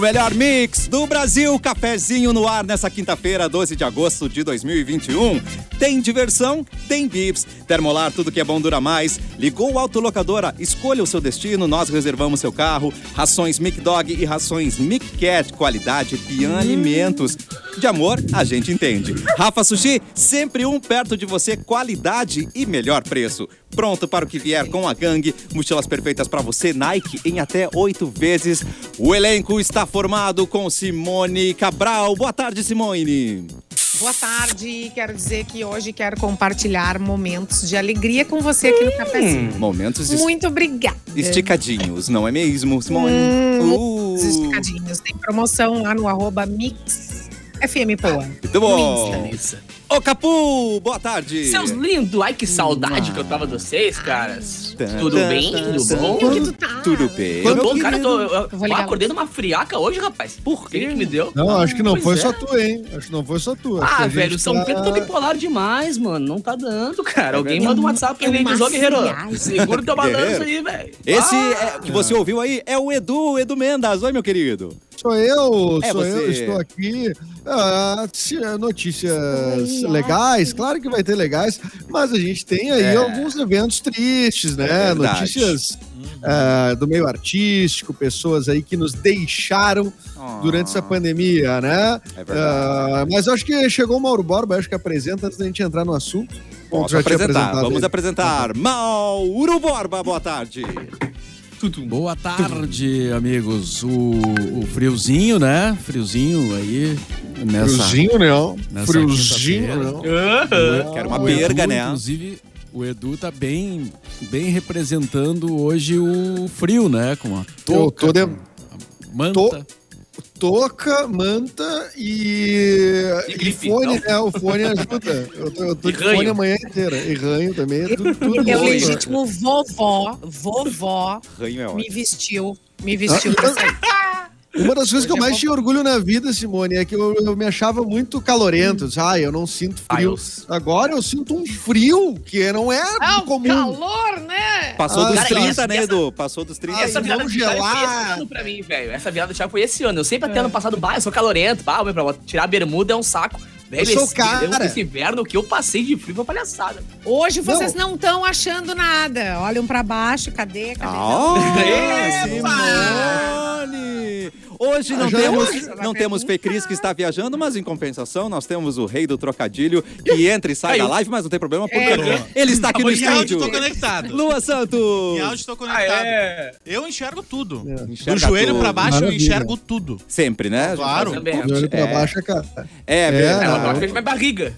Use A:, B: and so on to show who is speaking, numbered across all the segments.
A: melhor mix do Brasil. Cafezinho no ar nessa quinta-feira, 12 de agosto de 2021. Tem diversão? Tem bips. Termolar, tudo que é bom dura mais. Ligou o autolocadora, escolha o seu destino, nós reservamos seu carro. Rações Mic Dog e rações Mic Cat, qualidade Pian Alimentos. De amor, a gente entende. Rafa Sushi, sempre um perto de você, qualidade e melhor preço. Pronto para o que vier com a gangue, mochilas perfeitas para você, Nike, em até oito vezes. O elenco está formado com Simone Cabral. Boa tarde, Simone.
B: Boa tarde, quero dizer que hoje quero compartilhar momentos de alegria com você aqui no cafezinho.
A: Momentos es-
B: Muito obrigada.
A: esticadinhos, não é mesmo, Simone? Uh,
B: Os Hum, esticadinhos. Tem promoção lá no arroba Mix FM Poa.
A: muito bom.
C: Isso.
A: Ô, Capu, boa tarde.
C: Seus lindos! Ai, que saudade que eu tava de vocês, caras.
A: Tan,
C: Tudo
A: tan,
C: bem?
A: tan,
C: Tudo
A: tan.
C: bom? é
B: Onde que tu tá?
A: Tudo bem.
C: Tudo
A: meu
C: bom, cara? Eu, tô,
A: querido?
C: eu,
B: vou
C: eu
B: ligar
C: acordei numa friaca hoje, rapaz. Por que que me deu?
D: Não,
A: Ah,
D: acho que não
C: Pois
D: foi
C: é.
D: só tu, hein? Acho que não foi só tu. Acho que
C: Ah,
D: a gente
C: velho, o São
D: tá-
C: Pedro tá bipolar demais, mano. Não tá dando, cara. Alguém
B: verdade.
C: manda um WhatsApp pra
B: É
C: ele aí,
B: uma
C: diz, ô, Guerreiro.
B: friagem.
C: Segura o teu balanço
A: Guerreiro.
C: aí, velho.
A: Esse
C: Ah,
A: é- que você ouviu aí é o Edu, Edu Mendas. Oi, meu querido.
D: Sou eu,
A: É
D: sou eu,
A: você.
D: estou aqui. Ah, se- notícias legais, claro que vai ter legais, mas a gente tem aí
A: É.
D: alguns eventos tristes, né?
A: É verdade. Uhum.
D: Notícias ah, do meio artístico, pessoas aí que nos deixaram durante essa pandemia, né?
A: É Ah. verdade.
D: Ah, mas eu acho que chegou o Mauro Borba, acho que apresenta antes da gente entrar no assunto. Bom, tu
A: Posso
D: já tinha
A: apresentar.
D: apresentado
A: Vamos
D: ele.
A: apresentar Mauro Borba. Boa tarde.
E: Boa tarde, amigos. O, o friozinho, né? Friozinho aí nessa.
D: Friozinho, né?
E: nessa
D: Friozinho,
E: quinta-feira.
D: né?
C: ah,
A: Quero uma
E: O
A: perga,
E: Edu,
A: né?
E: Inclusive, o Edu tá bem, bem representando hoje o frio, né? Com a
D: Eu
E: touca,
D: tô de
E: manta.
D: tô- toca, manta e,
C: E
D: e
C: grife,
D: fone,
C: não?
D: né? O fone ajuda. Eu tô, eu tô
C: E
D: de
C: ranho.
D: fone a manhã inteira. E ranho também. é Tudo, tudo
B: Meu
D: junto.
B: legítimo vovó, vovó,
A: Ranho é
B: me
A: ótimo.
B: vestiu, me vestiu pra sair.
D: Uma das coisas que
B: Hoje
D: eu
B: é
D: mais
B: bom.
D: tinha orgulho na vida, Simone, é que eu, eu me achava muito calorento. Ah, eu não sinto frio.
C: eu-
D: Agora eu sinto um frio que não é
B: Ah, o
D: comum.
B: calor, né?
A: Passou
D: Ah,
A: dos
D: cara,
A: 30,
C: essa-
A: né, Edu? Passou dos 30.
D: Ai,
C: Essa virada
D: vamos
C: do Thiago foi
D: gelar.
C: esse ano pra mim, velho. Essa virada do Thiago foi esse ano. Eu sempre até ano passado, bah, eu sou calorento, bah, meu, pra tirar a bermuda é um saco. Velho,
D: Eu sou
C: esse,
D: cara.
C: esse inverno que eu passei de frio foi palhaçada.
B: Hoje vocês não estão achando nada. Olham pra baixo, cadê? cadê?
A: Ah,
B: é Epa!
A: Simone! Hoje não
D: Ah, já
A: temos,
B: é uma-
A: não temos
B: pergunta.
A: Fecris que está viajando, mas em compensação nós temos o rei do trocadilho que entra e sai da
C: Caiu.
A: live, mas não tem problema porque
B: É.
A: ele está aqui no
F: Em áudio
A: estúdio.
F: tô conectado.
A: Lua Santos!
F: Em áudio tô
C: Ah,
F: conectado.
C: é.
F: Eu enxergo tudo. Do
A: Enxerga
F: joelho
A: tudo.
F: pra baixo eu
D: É. Maravilha.
F: enxergo tudo.
A: Sempre, né?
F: Claro.
C: Também.
D: De olho pra
A: É.
D: baixo é cara.
A: É,
C: É,
A: verdade.
C: ela
D: Não.
B: tá
C: agora fez minha barriga.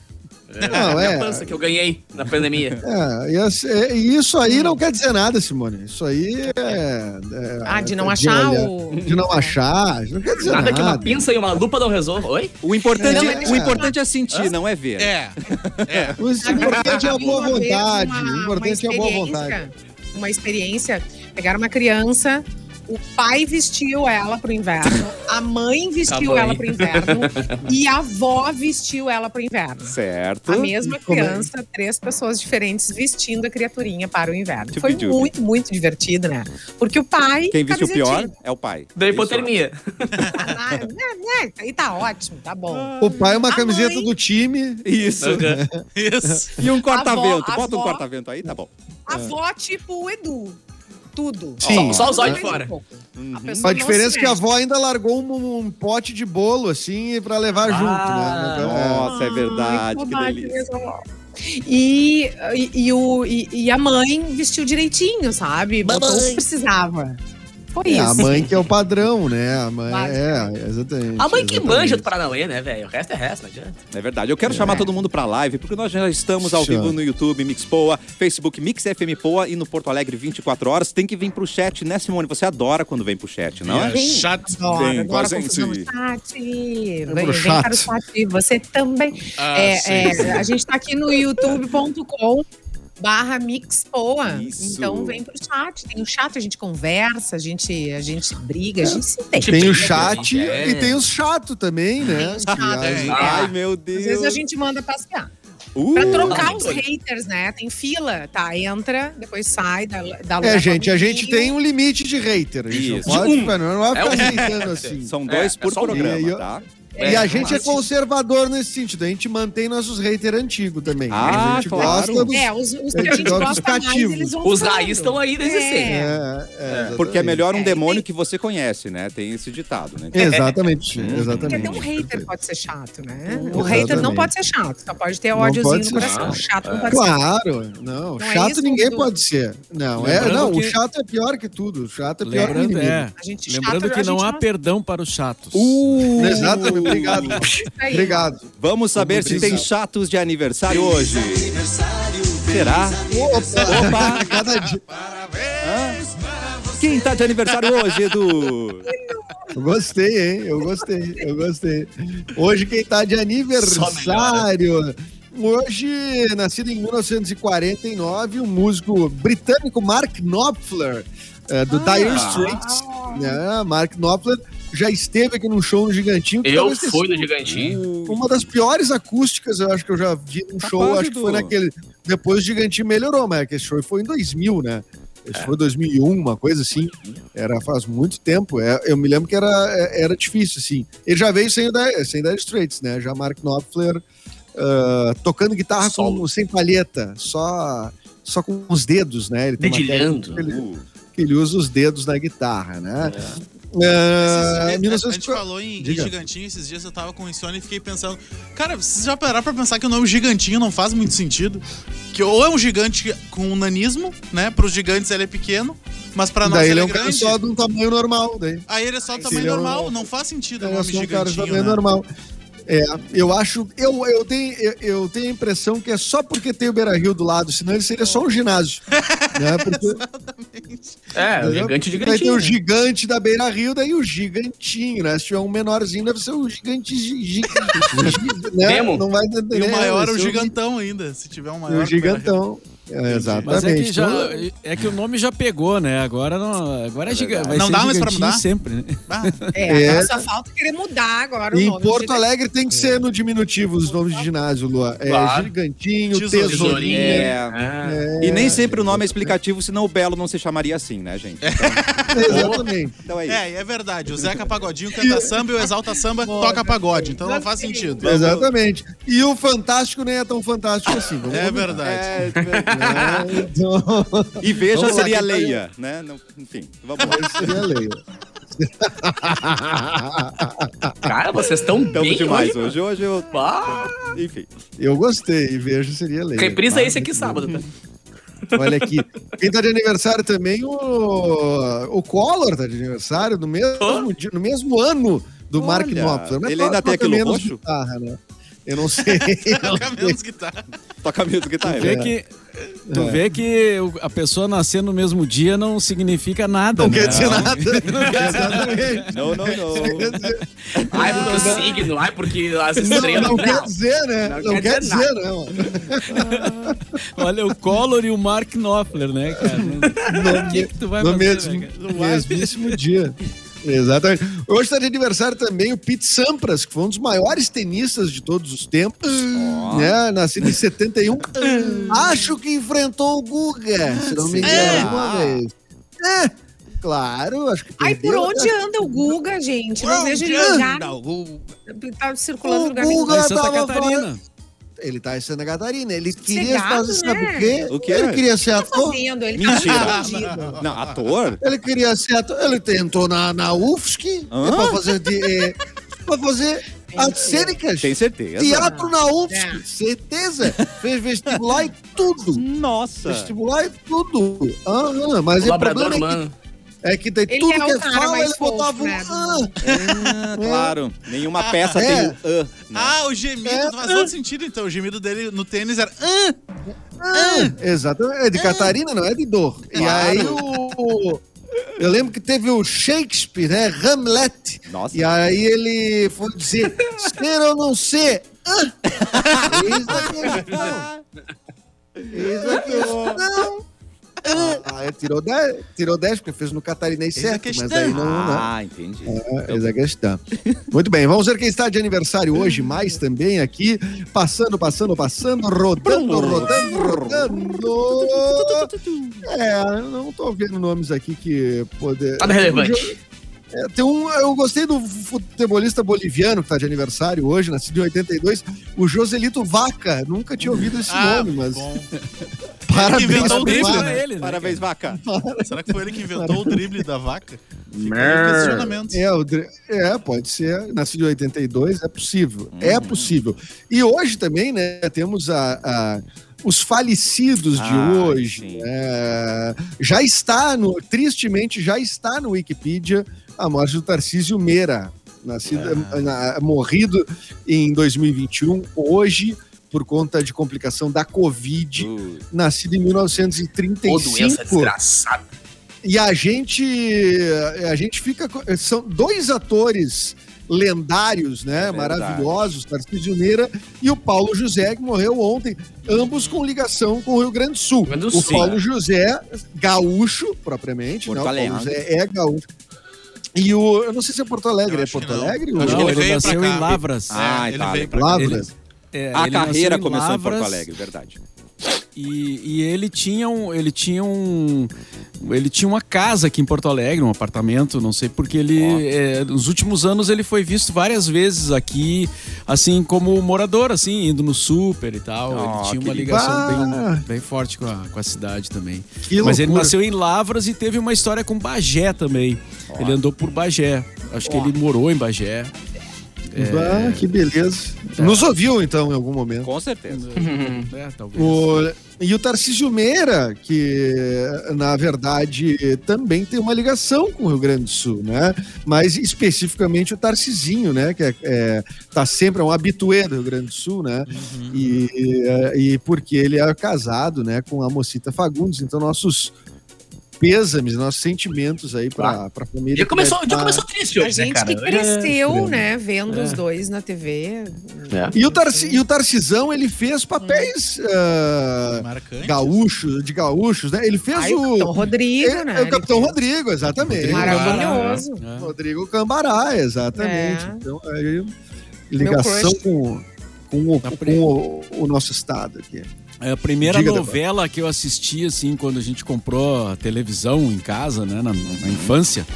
C: É,
D: Não,
C: a minha
D: é.
C: pança que eu ganhei na pandemia.
D: É, e esse- é, e isso aí não quer dizer nada, Simone. Isso aí é. é-
B: Ah, de não
D: é
B: achar
D: olhar.
B: o.
D: De não achar, isso não quer dizer
C: É. Nada
D: nada.
C: que uma pinça e uma lupa não resolva. Oi?
A: O importante,
B: Não, mas-
A: o importante é sentir, não é ver.
F: É. É.
D: O importante é a boa
B: Uma vez,
D: vontade.
B: uma-
D: O importante é
B: uma
D: a boa
B: experiência-
D: vontade.
B: Uma experiência, pegaram uma criança, o pai vestiu ela pro inverno, a mãe vestiu
C: mãe.
B: ela pro inverno e a avó vestiu ela pro inverno.
A: Certo.
B: A mesma
D: E como é?
B: criança, três pessoas diferentes vestindo a criaturinha para o inverno.
A: Tchupi,
B: Foi
A: tchupi.
B: muito, muito divertido, né? Porque o pai.
A: Quem viste o pior
B: camisetinha.
A: é o pai.
C: Da
A: Isso.
C: hipotermia.
B: Ah, né, né, aí tá ótimo, tá
C: Ah.
B: bom.
D: O pai é uma
B: A
D: camiseta
B: mãe-
D: do time.
A: Isso.
F: Isso.
A: E um corta-vento.
B: A avó-
A: Bota um
B: a avó-
A: corta-vento aí, tá bom.
B: A avó, tipo o Edu. Tudo.
D: Sim.
C: Só os olhos
B: Mas
C: de fora.
B: um pouco.
A: Uhum.
B: pessoa
D: A
B: não
D: diferença
B: se
D: é que a
B: mexe.
D: avó ainda largou um, um pote de bolo, assim, pra levar
C: Ah,
D: junto, né? É.
A: Nossa, é verdade. Que
B: saudade
A: delícia.
B: mesmo. E, e, e o, e, e a mãe vestiu direitinho, sabe? Botou o que precisava. Foi
D: É,
B: isso.
D: a mãe que é o padrão, né? A mãe,
B: Básico.
D: é, exatamente.
C: A mãe que
D: exatamente.
C: manja do Paranauê, né, velho? O resto é resto, não adianta.
A: É verdade. Eu quero chamar todo mundo pra live, porque nós já estamos ao
D: Chama.
A: vivo no YouTube, Mixpoa, Facebook Mix FM Poa e no Porto Alegre 24 horas. Tem que vir pro chat, né, Simone? Você adora quando vem pro chat, não é?
F: É chato.
B: Adoro,
A: Vem,
B: adoro
A: fazem
B: confusão no
A: sim.
B: um chat. Vem,
D: É pro
B: vem
D: chat.
B: para o chat. Você também.
F: Ah,
B: É,
F: sim.
B: é, a gente tá aqui no youtube.com barra mixpoa.
A: Isso.
B: Então vem pro chat. Tem o chat, a gente conversa, a gente, a gente briga, a gente se entende.
D: Tem
C: Tipo,
D: o chat
C: é.
D: e tem os chato também, né?
B: Tem os chato,
D: Que-
B: é.
A: Ai, meu
B: Às vezes a
A: Deus.
B: gente manda passear.
A: Uh,
B: Pra trocar
C: não,
B: os
C: não.
B: haters, né? Tem fila, tá? Entra, depois sai da, da
D: É,
B: loja
D: gente,
B: rapidinho.
D: a gente tem um limite de hater. A gente
A: Isso.
D: não pode,
A: De um.
D: mano, não vai
C: É um.
D: ficar aceitando assim.
A: São
C: É,
A: dois
C: é
A: por
C: só um.
D: E
A: programa,
D: eu-
A: tá?
D: e a
B: um
C: É,
D: gente é
C: mas-
D: conservador nesse sentido. A gente mantém nossos haters antigos também. né?
A: Ah,
D: a gente
A: claro.
D: gosta dos...
B: É, os, os
D: É,
B: que a gente
D: os
B: gosta mais,
D: cativos.
B: eles vão
C: Os
B: ficando.
C: raiz estão aí desde
B: É.
C: sempre.
D: É, é,
A: Porque é melhor um
B: É,
A: demônio
B: tem-
A: que você conhece, né? Tem esse ditado, né?
D: Exatamente,
A: Hum.
B: Porque até
D: exatamente.
B: um hater pode ser chato, né?
D: Hum,
B: o hater não
D: exatamente.
B: pode ser chato. Só pode ter
D: Não
B: ódiozinho
D: pode
B: no
D: ser
B: coração.
C: chato.
B: Chato não pode ser.
D: Claro, não,
B: Não é
D: chato
B: isso,
D: ninguém
B: Dudu?
D: pode ser. Não, é,
E: Lembrando
D: não, o
E: que-
D: chato é pior que tudo. O chato é pior que o
E: Lembrando,
D: inimigo.
E: é,
B: né? A gente
E: lembrando
B: chato,
E: que
B: a
E: não
B: gente
E: há
B: não-
E: perdão para os chatos.
A: Uh!
D: Exatamente, obrigado.
B: Isso aí.
D: Obrigado.
A: Vamos saber se tem
D: brindar.
A: chatos de aniversário hoje. Será?
D: Opa,
A: Opa!
D: cada dia.
A: Quem tá de aniversário hoje, Edu?
D: Eu gostei, hein? Eu gostei, eu gostei. Hoje quem tá de
C: né?
D: aniversário. Hoje, nascido em 1949, o um músico britânico Mark Knopfler, eh, do
C: Ah.
D: Dire Straits. né? Mark Knopfler já esteve aqui num show no Gigantinho. que
C: Eu
D: talvez tenha
C: fui
D: sido
C: do Gigantinho.
D: Uma das piores acústicas, eu acho que eu já vi num
C: Tá
A: Capaz,
D: show, acho que
A: Edu.
D: foi naquele... Depois o Gigantinho melhorou, mas aquele show foi em 2000, né?
C: É.
D: Esse foi 2001, uma coisa assim. Era faz muito tempo. É, eu me lembro que era, é- era difícil, assim. Ele já veio sem, o Dire- sem Dire Straits, né? Já Mark Knopfler ah, tocando guitarra com,
C: Solo.
D: sem palheta, só, só com os dedos, né? Ele tem uma
C: Dedilhando. né? É.
D: técnica que Ele, que ele usa os dedos na guitarra, né?
A: é,
D: Ah,
F: Esses dias, a gente
D: 1950
F: falou em, em
D: Diga.
F: Gigantinho, esses dias eu tava com insônia e fiquei pensando. Cara, vocês já pararam pra pensar que o nome Gigantinho não faz muito sentido? Que ou é um gigante com um nanismo, né? Pros gigantes ele é pequeno, mas pra nós
D: Daí ele
F: ele
D: é
F: é
D: um cara
F: grande.
D: só de um tamanho normal, daí.
F: Aí ele é só o
D: Ele
F: tamanho
D: é um-
F: normal, não faz sentido o
D: Eu
F: nome
D: sou um cara de
F: gigantinho.
D: tamanho
F: né?
D: normal. É, eu acho. Eu, eu, tenho, eu, eu tenho a impressão que é só porque tem o Beira Rio do lado, senão ele seria só um ginásio. né? Porque
C: É, o
D: Entendeu?
C: gigante de
D: daí tem
C: gigantinho.
D: o gigante da Beira Rio, daí o gigantinho, né? Se tiver um menorzinho, deve ser o gigante. gi- gi- gi- né?
C: Nemo.
D: Não vai
F: E o maior é o
D: vai ser
F: gigantão ainda, se tiver um
D: gi-
F: maior.
D: O gigantão. É,
E: Mas é que,
D: exatamente.
E: já,
D: Então,
E: é que o nome já pegou, né? Agora não, agora é giga, vai
F: Não
E: ser
F: dá mais pra
E: gigantinho
F: mudar?
E: sempre, né?
F: Ah,
B: É,
D: É.
B: agora só falta querer mudar agora o
D: Em
B: nome.
D: Porto
B: do
D: Alegre tem que ser no diminutivo os nomes de ginásio, Lua. É
C: Claro.
D: gigantinho,
F: Tesourinha.
D: tesourinha. né?
A: É,
C: Ah,
A: e nem sempre o nome é explicativo, senão o Belo não se chamaria assim, né, gente?
D: É. Exatamente.
A: Então é isso.
F: É, é verdade. O Zeca Pagodinho canta samba e o Exalta Samba toca pagode. Então não faz sentido.
D: Exatamente. E o Fantástico nem é tão fantástico assim. Vamos
F: É
D: combinar.
F: verdade.
A: É,
D: É, então,
A: e veja
D: Vamos lá,
A: seria
D: quem tá aí?
A: Leia, né? Não- enfim, vamos lá.
D: seria lei.
C: cara, vocês estão
A: Estamos
C: bem
A: demais
C: demais.
A: hoje. Hoje eu.
C: Ah,
A: Enfim.
D: Eu gostei, e vejo seria lei.
C: reprisa esse aqui sábado, tá?
D: Olha aqui. Quem tá de aniversário também, o, o Collor tá de aniversário no mesmo, dia- no mesmo ano do
A: Olha,
D: Mark Knopfler. Mas
A: ele ainda tem
D: toca
A: aquilo
D: menos
A: roxo?
D: guitarra, né? Eu não sei.
F: Toca menos guitarra.
A: Toca mesmo que tá aí.
E: Vê
A: né?
E: que, tu vê que o- a pessoa nascer no mesmo dia não significa nada,
D: Não
E: né?
D: quer dizer nada. Exatamente.
A: Não, não, não.
D: Quer dizer-
C: Ai, porque o signo, ai, porque as
D: Não,
C: estrelas.
D: não
C: Não,
D: quer dizer, né?
C: Não
D: Não
C: quer
D: quer
C: dizer
D: dizer, não.
E: Olha o Collor e o Mark Knopfler, né, cara? O que, que tu vai
D: no
E: fazer,
D: mesmo,
E: né, cara?
D: no mesmíssimo dia. Exatamente. Hoje está de aniversário também o Pete Sampras, que foi um dos maiores tenistas de todos os tempos. Né? Nascido em 71. Acho que enfrentou o Guga, se não me engano, alguma vez. É, claro, acho que
B: Ai, por
D: perdeu,
B: onde
D: né?
B: anda o Guga, gente? Não vejo ele andar. Tá circulando
D: O
B: em lugar nenhum.
E: Em
D: Guga- Eu
E: Santa
D: tava
E: Catarina.
D: Ele tá em Santa Catarina. Ele queria
B: Sossegado,
D: fazer, sabe
B: né?
D: o quê?
A: O quê?
D: Ele queria ser
B: Tá
D: ator.
B: fazendo, ele
A: Mentira.
B: tá escondido.
A: Não, ator?
D: Ele queria ser ator. Ele tentou na, na UFSC é
A: Hã?
D: pra fazer, de, eh, pra fazer artes cênicas.
A: Tem certeza. né?
D: Teatro na UFSC,
B: É.
D: certeza. Fez vestibular e tudo.
A: Nossa.
D: Vestibular e tudo. Ah, ah, mas
C: O
D: o
C: labrador
D: problema é que,
C: humano.
D: é que daí
B: Ele
D: tudo
B: é o
D: que é
B: cara
D: fala,
B: mais
D: ele
B: fofo,
D: botava um.
B: né?
D: Ah,
A: Ah, claro. Nenhuma peça
D: É.
A: tem o "ah", né?
F: Ah, o gemido
D: É.
F: faz todo sentido, então. O gemido dele no tênis era.
D: ah. Exatamente. É de Catarina, não é de dor. E aí o. Eu lembro que teve o Shakespeare, né? Hamlet.
A: Nossa.
D: E aí ele foi dizer, ser ou não ser? Ah. Hã? Eis a questão. Eis a questão. Hã? é, tirou 10, tirou 10 porque fez no catarinense
F: Eis a
D: certo, mas
F: questão.
D: daí não, não.
C: Ah, entendi.
D: Essa é a questão. Muito bem, vamos ver quem está de aniversário hoje, mais também aqui. Passando, passando, passando, rodando, rodando, rodando. É, não tô vendo nomes aqui que poder.
C: Nada relevante.
D: É, tem um, eu gostei do futebolista boliviano que tá de aniversário hoje, nascido em 82, o Joselito Vaca. Nunca tinha ouvido esse
F: Ah,
D: nome, mas
F: bom.
D: parabéns
F: inventou
D: pro
F: o drible,
D: Vaca.
E: Pra ele, né,
A: Parabéns, vaca.
F: Será que foi ele que inventou o drible da vaca? Fica aí o questionamento.
D: É, o Dre- é, pode ser. Nascido em 82, é possível. É possível. E hoje também, né, temos a- a- os falecidos de
A: Ah,
D: hoje.
A: sim.
D: né? já está no, tristemente, já está no Wikipedia a morte do Tarcísio Meira. Nascido, na- morrido em 2021, hoje, por conta de complicação da
A: Uhum.
D: Covid, nascido em 1935.
C: Ô, doença desgraçada.
D: E a gente a gente fica co- são dois atores lendários, né,
A: verdade.
D: maravilhosos, Tarcísio Meira e o Paulo José que morreu ontem, ambos com ligação com o Rio Grande do Sul.
C: Rio Grande do
D: o
C: Sul, né?
D: Paulo José gaúcho propriamente,
A: Porto
D: né? O Paulo
A: Alegre.
D: José é gaúcho. E o eu não sei se é Porto Alegre,
F: Eu
D: é
F: acho que
D: Porto
F: não.
D: Alegre?
F: Eu
D: ou
F: acho
E: Não,
F: que ele
E: ele,
F: veio pra
E: nasceu
F: cá.
E: em Lavras.
A: Ah,
F: É, ele
A: tá,
F: veio pra cá.
D: Lavras.
E: É,
A: A
E: ele
A: carreira
E: nasceu em
A: começou em Porto
E: Lavras
A: Alegre, verdade.
E: E, e ele tinha um, ele tinha um, ele tinha uma casa aqui em Porto Alegre, um apartamento, não sei porque ele,
A: Ó.
E: é, nos últimos anos ele foi visto várias vezes aqui, assim como morador, assim indo no super e tal.
A: Ó,
E: ele tinha
A: que
E: uma ligação
D: legal.
E: bem, bem forte com a, com a cidade também.
D: Que
E: Mas ele
D: loucura.
E: nasceu em Lavras e teve uma história com Bagé também. Ele andou por Bagé. Acho que ele morou em Bagé.
F: é-
D: Bah, Ah, que beleza. Nos ouviu então em algum momento.
A: Com certeza.
E: É, talvez.
D: O- e o Tarcísio Meira, que na verdade também tem uma ligação com o Rio Grande do Sul, né? Mas especificamente o Tarcisinho, né? Que é, é- tá sempre é um habituê do Rio Grande do Sul, né?
C: Uhum.
D: E, e- e porque ele é casado, né? Com a Mocita Fagundes. Então nossos pêsames, nossos sentimentos aí para para família.
C: Já
D: que
C: começou,
D: deve
C: já
D: tá-
C: começou triste
B: A
C: hoje, né,
B: gente
C: cara?
B: que cresceu,
E: É.
B: né, vendo os dois na TV.
C: É.
D: E o, Tarci, e o Tarcisão, ele fez papéis
C: Hum.
D: ah,
F: Marcante.
D: gaúchos, de gaúchos, né? Ele fez
B: Aí,
D: o...
C: então,
B: o Capitão Rodrigo,
D: É,
B: né?
D: é o Capitão
B: ele-
D: Rodrigo, exatamente.
B: Maravilhoso.
E: É.
D: Rodrigo Cambará, exatamente.
B: né? É.
D: Então, aí, ligação
B: crush.
D: com, com, o,
E: Tá
D: com o- o nosso estado aqui.
E: É a primeira
D: Diga,
E: novela que eu assisti, assim, quando a gente comprou a televisão em casa, né, na, na infância,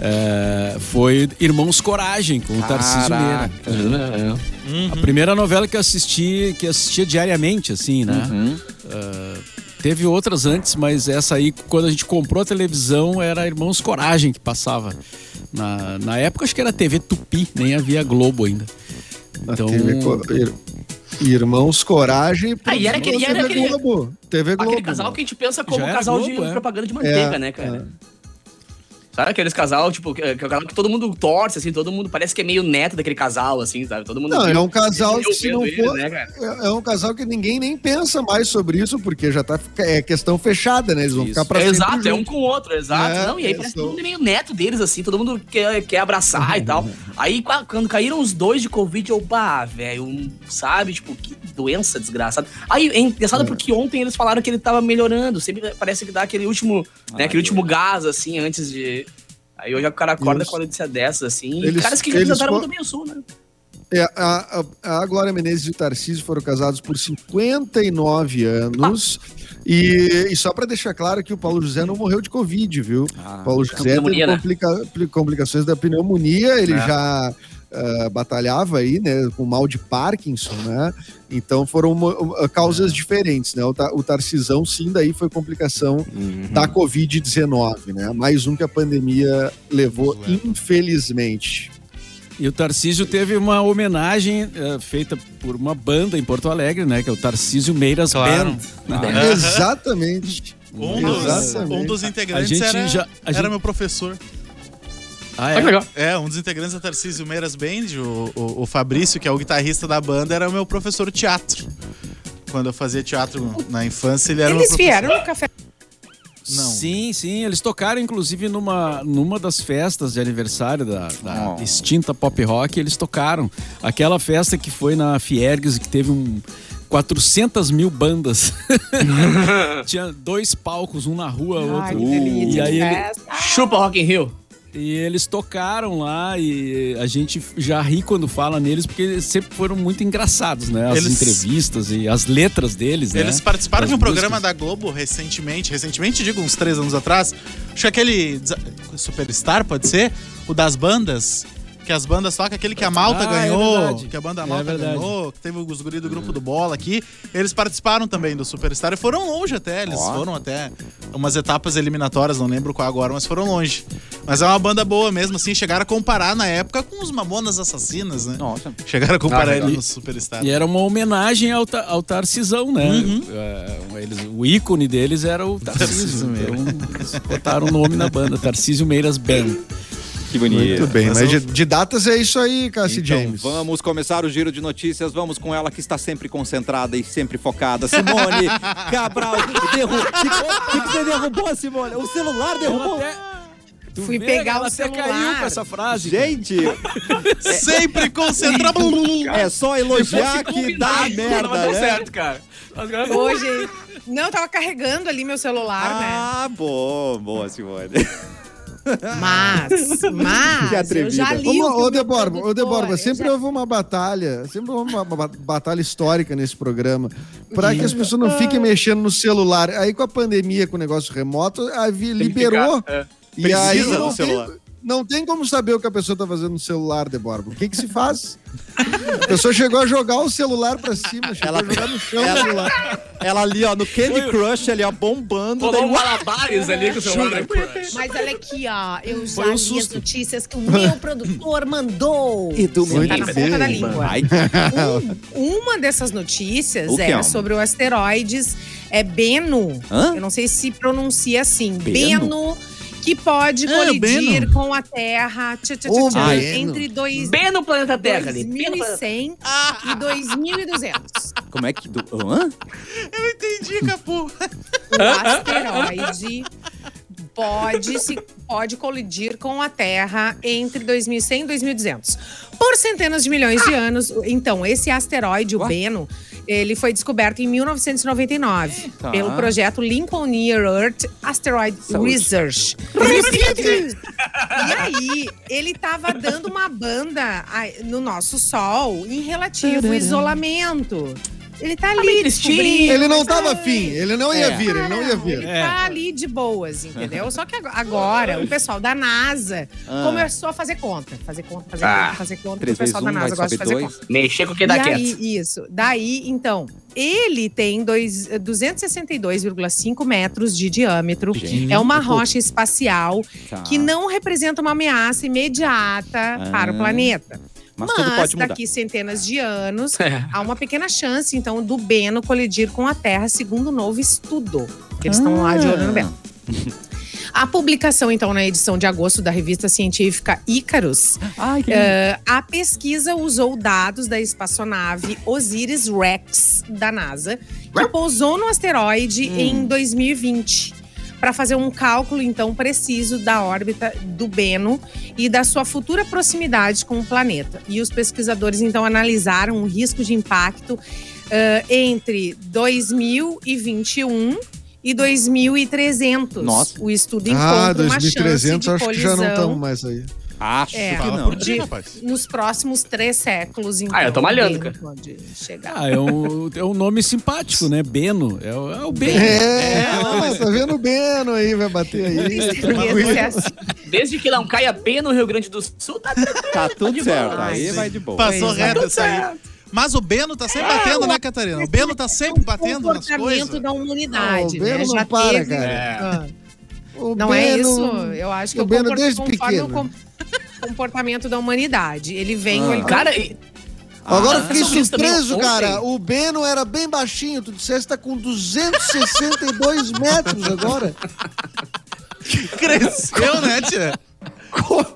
E: é, foi Irmãos Coragem, com o Tarcísio Meira.
A: Caraca.
D: É.
E: A primeira novela que eu assisti, que eu assistia diariamente, assim, né?
A: Uhum.
E: Teve outras antes, mas essa aí, quando a gente comprou a televisão, era Irmãos Coragem que passava. Na, na época, acho que era TV Tupi, nem havia Globo ainda.
D: Na
E: Então,
D: TV Co- ir- Irmãos Coragem
C: Ah, e era aquele- e era
D: TV
C: aquele-
D: Globo. TV Globo.
C: Aquele casal que a gente pensa como
E: Já era
C: casal
E: Globo,
C: de
E: é.
C: propaganda de manteiga,
D: É,
C: né, cara? Sabe aqueles casal, tipo, que, que é o casal que todo mundo torce, assim, todo mundo parece que é meio neto daquele casal, assim, sabe? Todo mundo.
D: Não,
C: viu-
D: é um casal
C: viu
D: que se não
C: vendo eles,
D: for...
C: né, cara?
D: É é um casal que ninguém nem pensa mais sobre isso, porque já tá fica- é questão fechada, né? Eles vão
E: Isso.
D: ficar pra
C: É,
D: sempre
C: exato, é
D: juntos.
C: um com o outro, exato.
D: É,
C: não, e aí
D: é,
C: parece que
D: são-
C: todo mundo é meio neto deles, assim, todo mundo quer, quer abraçar e tal. Aí qua- quando caíram os dois de Covid, eu, bah, velho, um- sabe, tipo, que doença desgraçada. Aí é engraçado porque ontem eles falaram que ele tava melhorando, sempre parece que dá aquele último,
A: Ah,
C: né, aquele último
A: é.
C: gás, assim, antes de... Aí hoje é o cara acorda
D: Isso.
C: com a notícia dessas, assim,
D: Eles-
C: e caras que
D: eles
C: representaram
D: fo-
C: muito bem o Sul, né?
D: É, a, a, a Glória Menezes e o Tarcísio foram casados por 59 anos. E, e só para deixar claro que o Paulo José não morreu de Covid, viu?
A: Ah,
D: O Paulo José teve
C: pneumonia, né?
D: complica- pli- complicações da pneumonia, ele
C: É.
D: já ah, batalhava aí, né, com mal de Parkinson, né? Então foram mo- ah, causas diferentes, né? O, ta, o Tarcisão, sim, daí foi complicação da Covid-19, né? Mais um que a pandemia levou,
F: Leva.
D: infelizmente.
E: E o Tarcísio teve uma homenagem eh, feita por uma banda em Porto Alegre, né? Que é o Tarcísio Meiras
F: Claro.
E: Band. né?
F: Aham.
D: Exatamente.
F: Um dos,
D: Exatamente.
F: um dos
E: A
F: integrantes
E: gente
F: era,
E: já. A
F: era
E: gente...
F: meu professor.
E: Ah,
C: Olha que
E: é?
C: legal.
F: É, um dos integrantes da Tarcísio Meiras Band, o, o, o Fabrício, que é o guitarrista da banda, era o meu professor de teatro. Quando eu fazia teatro na infância,
D: um
F: ele era
B: Eles
F: meu professor.
B: vieram no café.
F: Não.
E: Sim, sim. Eles tocaram, inclusive, numa, numa das festas de aniversário da, da
A: Oh.
E: extinta pop rock. Eles tocaram. Aquela festa que foi na Fiergues, que teve um. 400 mil bandas. Tinha dois palcos, um na rua,
B: Ai,
E: outro. Uh,
B: que delícia.
E: E aí
B: de
E: ele-
B: festa.
C: Chupa Rock in Rio.
E: E eles tocaram lá e a gente já ri quando fala neles, porque eles sempre foram muito engraçados, né? As
F: Eles-
E: entrevistas e as letras deles, né?
F: Eles participaram
E: As
F: de um programa
E: músicas.
F: da Globo recentemente, recentemente, digo, uns três anos atrás. Acho que aquele desa- Superstar, pode ser? O das bandas. Que as bandas tocam, aquele que a Malta
E: Ah, é
F: ganhou.
E: verdade.
F: que a banda
E: É
F: Malta
E: verdade.
F: ganhou, que teve os guri do grupo do Bola aqui. Eles participaram também do Superstar e foram longe até. Eles foram até umas etapas eliminatórias, não lembro qual agora, mas foram longe. Mas é uma banda boa mesmo, assim. Chegaram a comparar na época com os Mamonas Assassinas, né?
C: Nossa.
F: Chegaram a comparar
C: Ah,
F: ele
E: legal.
F: no Superstar.
E: E é- era uma homenagem ao, Ta- ao Tarcisão, né?
F: Uhum.
E: É, eles- o ícone deles era o
F: Tarcísio
E: Tarcísio.
F: Meira.
E: então, eles botaram o nome na banda, Tarcísio Meiras Band.
A: Que bonito.
D: Muito bem,
F: mas
D: mas de,
F: eu-
D: de datas é isso aí, Cassie
A: Então
D: James.
A: vamos começar o giro de notícias. Vamos com ela que está sempre concentrada e sempre focada. Simone Cabral derrubou. O que, que você derrubou, Simone? O celular derrubou.
E: Tu
B: Fui
E: vê,
B: pegar
E: ela
B: o
E: até
B: celular.
E: caiu com essa frase.
A: Gente,
F: Sempre concentrado.
A: é só elogiar que dá merda,
D: Ah, é?
C: deu
A: né?
C: certo, cara. Mas agora-
B: Hoje. Não, eu tava carregando ali meu celular,
A: Ah,
D: né?
A: bom, boa, Simone.
B: né? Mas, mas.
A: Que
B: eu já
A: atrevida.
B: li
D: Vamos,
B: o que o
D: ô
B: meu
D: Deborba, ô
B: produtor,
D: Deborba,
B: eu
D: sempre
B: já-
D: houve uma batalha, sempre houve uma ba- batalha histórica nesse programa, para que as pessoas não fiquem mexendo no celular. Aí com a pandemia, com o negócio remoto, a vi,
C: Tem que ficar,
D: liberou.
C: é.
D: E aí
A: Precisa
D: não
A: do
D: tem,
A: celular.
D: não tem como saber o que a pessoa tá fazendo no celular, Deborba. O que que se faz? A pessoa chegou a jogar o celular para cima, chegou
A: Ela-
D: a jogar no chão
A: ela-
D: o celular.
A: Ela ali, ó, no Candy Crush, ali, ó, bombando.
C: Rolou um
A: Daí,
C: malabares ali com o celular. né?
B: Mas olha aqui, ó. Eu já
E: Foi um
B: li as
E: susto.
B: notícias que o meu produtor mandou.
A: E do
B: Você tá na
A: menino.
B: ponta da
D: Sim,
B: língua.
A: Ai,
B: Um- uma dessas notícias
A: O que é
B: era
A: uma?
B: sobre o asteroides é Beno.
A: Hã?
B: Eu não sei se pronuncia assim.
A: Beno?
B: Beno. que pode
F: Ah,
B: colidir
F: Beno.
B: com a Terra tchá, tchá,
D: O
B: tchá, tchá,
D: Beno.
B: entre dois,
C: Bem no planeta Terra ali. Bem no planeta-
B: 2100 e 2200.
A: como é que. Do... Hã?
F: Eu entendi, Capu.
B: O asteroide pode, se, pode colidir com a Terra entre 2100 e 2200. Por centenas de milhões de anos. Então, esse asteroide, o
A: Ué?
B: Beno, ele foi descoberto em 1999
A: Tá.
B: pelo projeto Lincoln Near Earth Asteroid
A: Saúde.
B: Research. Research. E aí, ele tava dando uma banda ai, no nosso Sol em relativo isolamento. Ele tá ali. descobrindo,
D: Ele não
B: mas
D: tava
B: ai,
D: afim, ele não ia
A: É.
D: vir, ele não ia
B: ele
D: vir. É.
B: tá ali de boas, entendeu? Só que ag- agora o pessoal da NASA
A: Ah.
B: começou a fazer conta. Fazer conta, fazer
C: Ah.
B: conta, fazer conta. que O
A: Três vezes
B: pessoal tá da
A: um, vai
B: NASA gosta de
A: saber
B: fazer
A: dois.
B: conta.
C: Mexer com o que
B: E
C: dá
B: aí,
C: quieto.
B: isso. Daí, então, ele tem dois- 262,5 metros de diâmetro.
A: Gente,
B: É uma
A: pouco.
B: rocha espacial
A: Tá.
B: que não representa uma ameaça imediata
A: Ah.
B: para o planeta.
A: Mas,
B: Mas,
A: tudo pode mudar.
B: daqui centenas de anos,
C: É.
B: há uma pequena chance, então, do Beno colidir com a Terra, segundo um novo estudo. Que eles estão lá de olho
A: Ah.
B: no Beno. A publicação, então, na edição de agosto da revista científica Icarus,
A: Ai, que
B: eh, a pesquisa usou dados da espaçonave Osiris-Rex da NASA, que pousou no asteroide em 2020, para fazer um cálculo, então, preciso da órbita do Beno e da sua futura proximidade com o planeta. E os pesquisadores, então, analisaram o risco de impacto eh, entre 2021 e 2300.
A: Nossa.
B: O estudo
D: Ah,
B: encontra uma chance
D: 2300
B: de
D: acho que já não
B: colisão
D: estamos mais aí.
A: Acho
B: É.
A: que
F: Fala
A: não.
F: por ti, rapaz.
B: nos próximos três séculos. Então,
C: Ah, eu tô malhando,
B: ninguém
C: cara.
B: Pode chegar.
E: Ah, é um, é um nome simpático, né? Beno. É, o- é o Beno.
D: É, ah, tá vendo o Beno aí, vai bater aí.
B: Tem certeza que é assim.
C: Desde que não caia bem no Rio Grande do Sul, tá
A: Tá tudo
C: de
A: certo.
C: boa.
A: Aí
B: Sim.
A: vai de boa.
F: Passou
B: Pois é.
F: reto essa aí. Mas o Beno tá sempre batendo, né, Catarina? O Beno tá sempre batendo nas
B: comportamento
F: coisas.
B: da
D: Ah,
B: humanidade.
D: o Beno
B: né?
D: não
B: Já
D: para,
B: teve-
D: cara.
C: É.
B: Ah,
D: O
B: Não é
D: Beno-
B: isso? Eu acho que
D: o
B: eu
D: Beno
B: concordo
D: desde
B: conforme o
D: pequeno.
B: com- comportamento da humanidade. Ele vem.
A: Ah.
B: ele-
C: Cara, e-
D: Agora
C: Ah,
D: eu fiquei
C: sobre isso
B: é
C: também
D: surpreso,
C: ontem.
D: cara. O Beno era bem baixinho. Tu disseste que tá com 262 metros agora.
B: Tá
F: Cresceu, né, tia?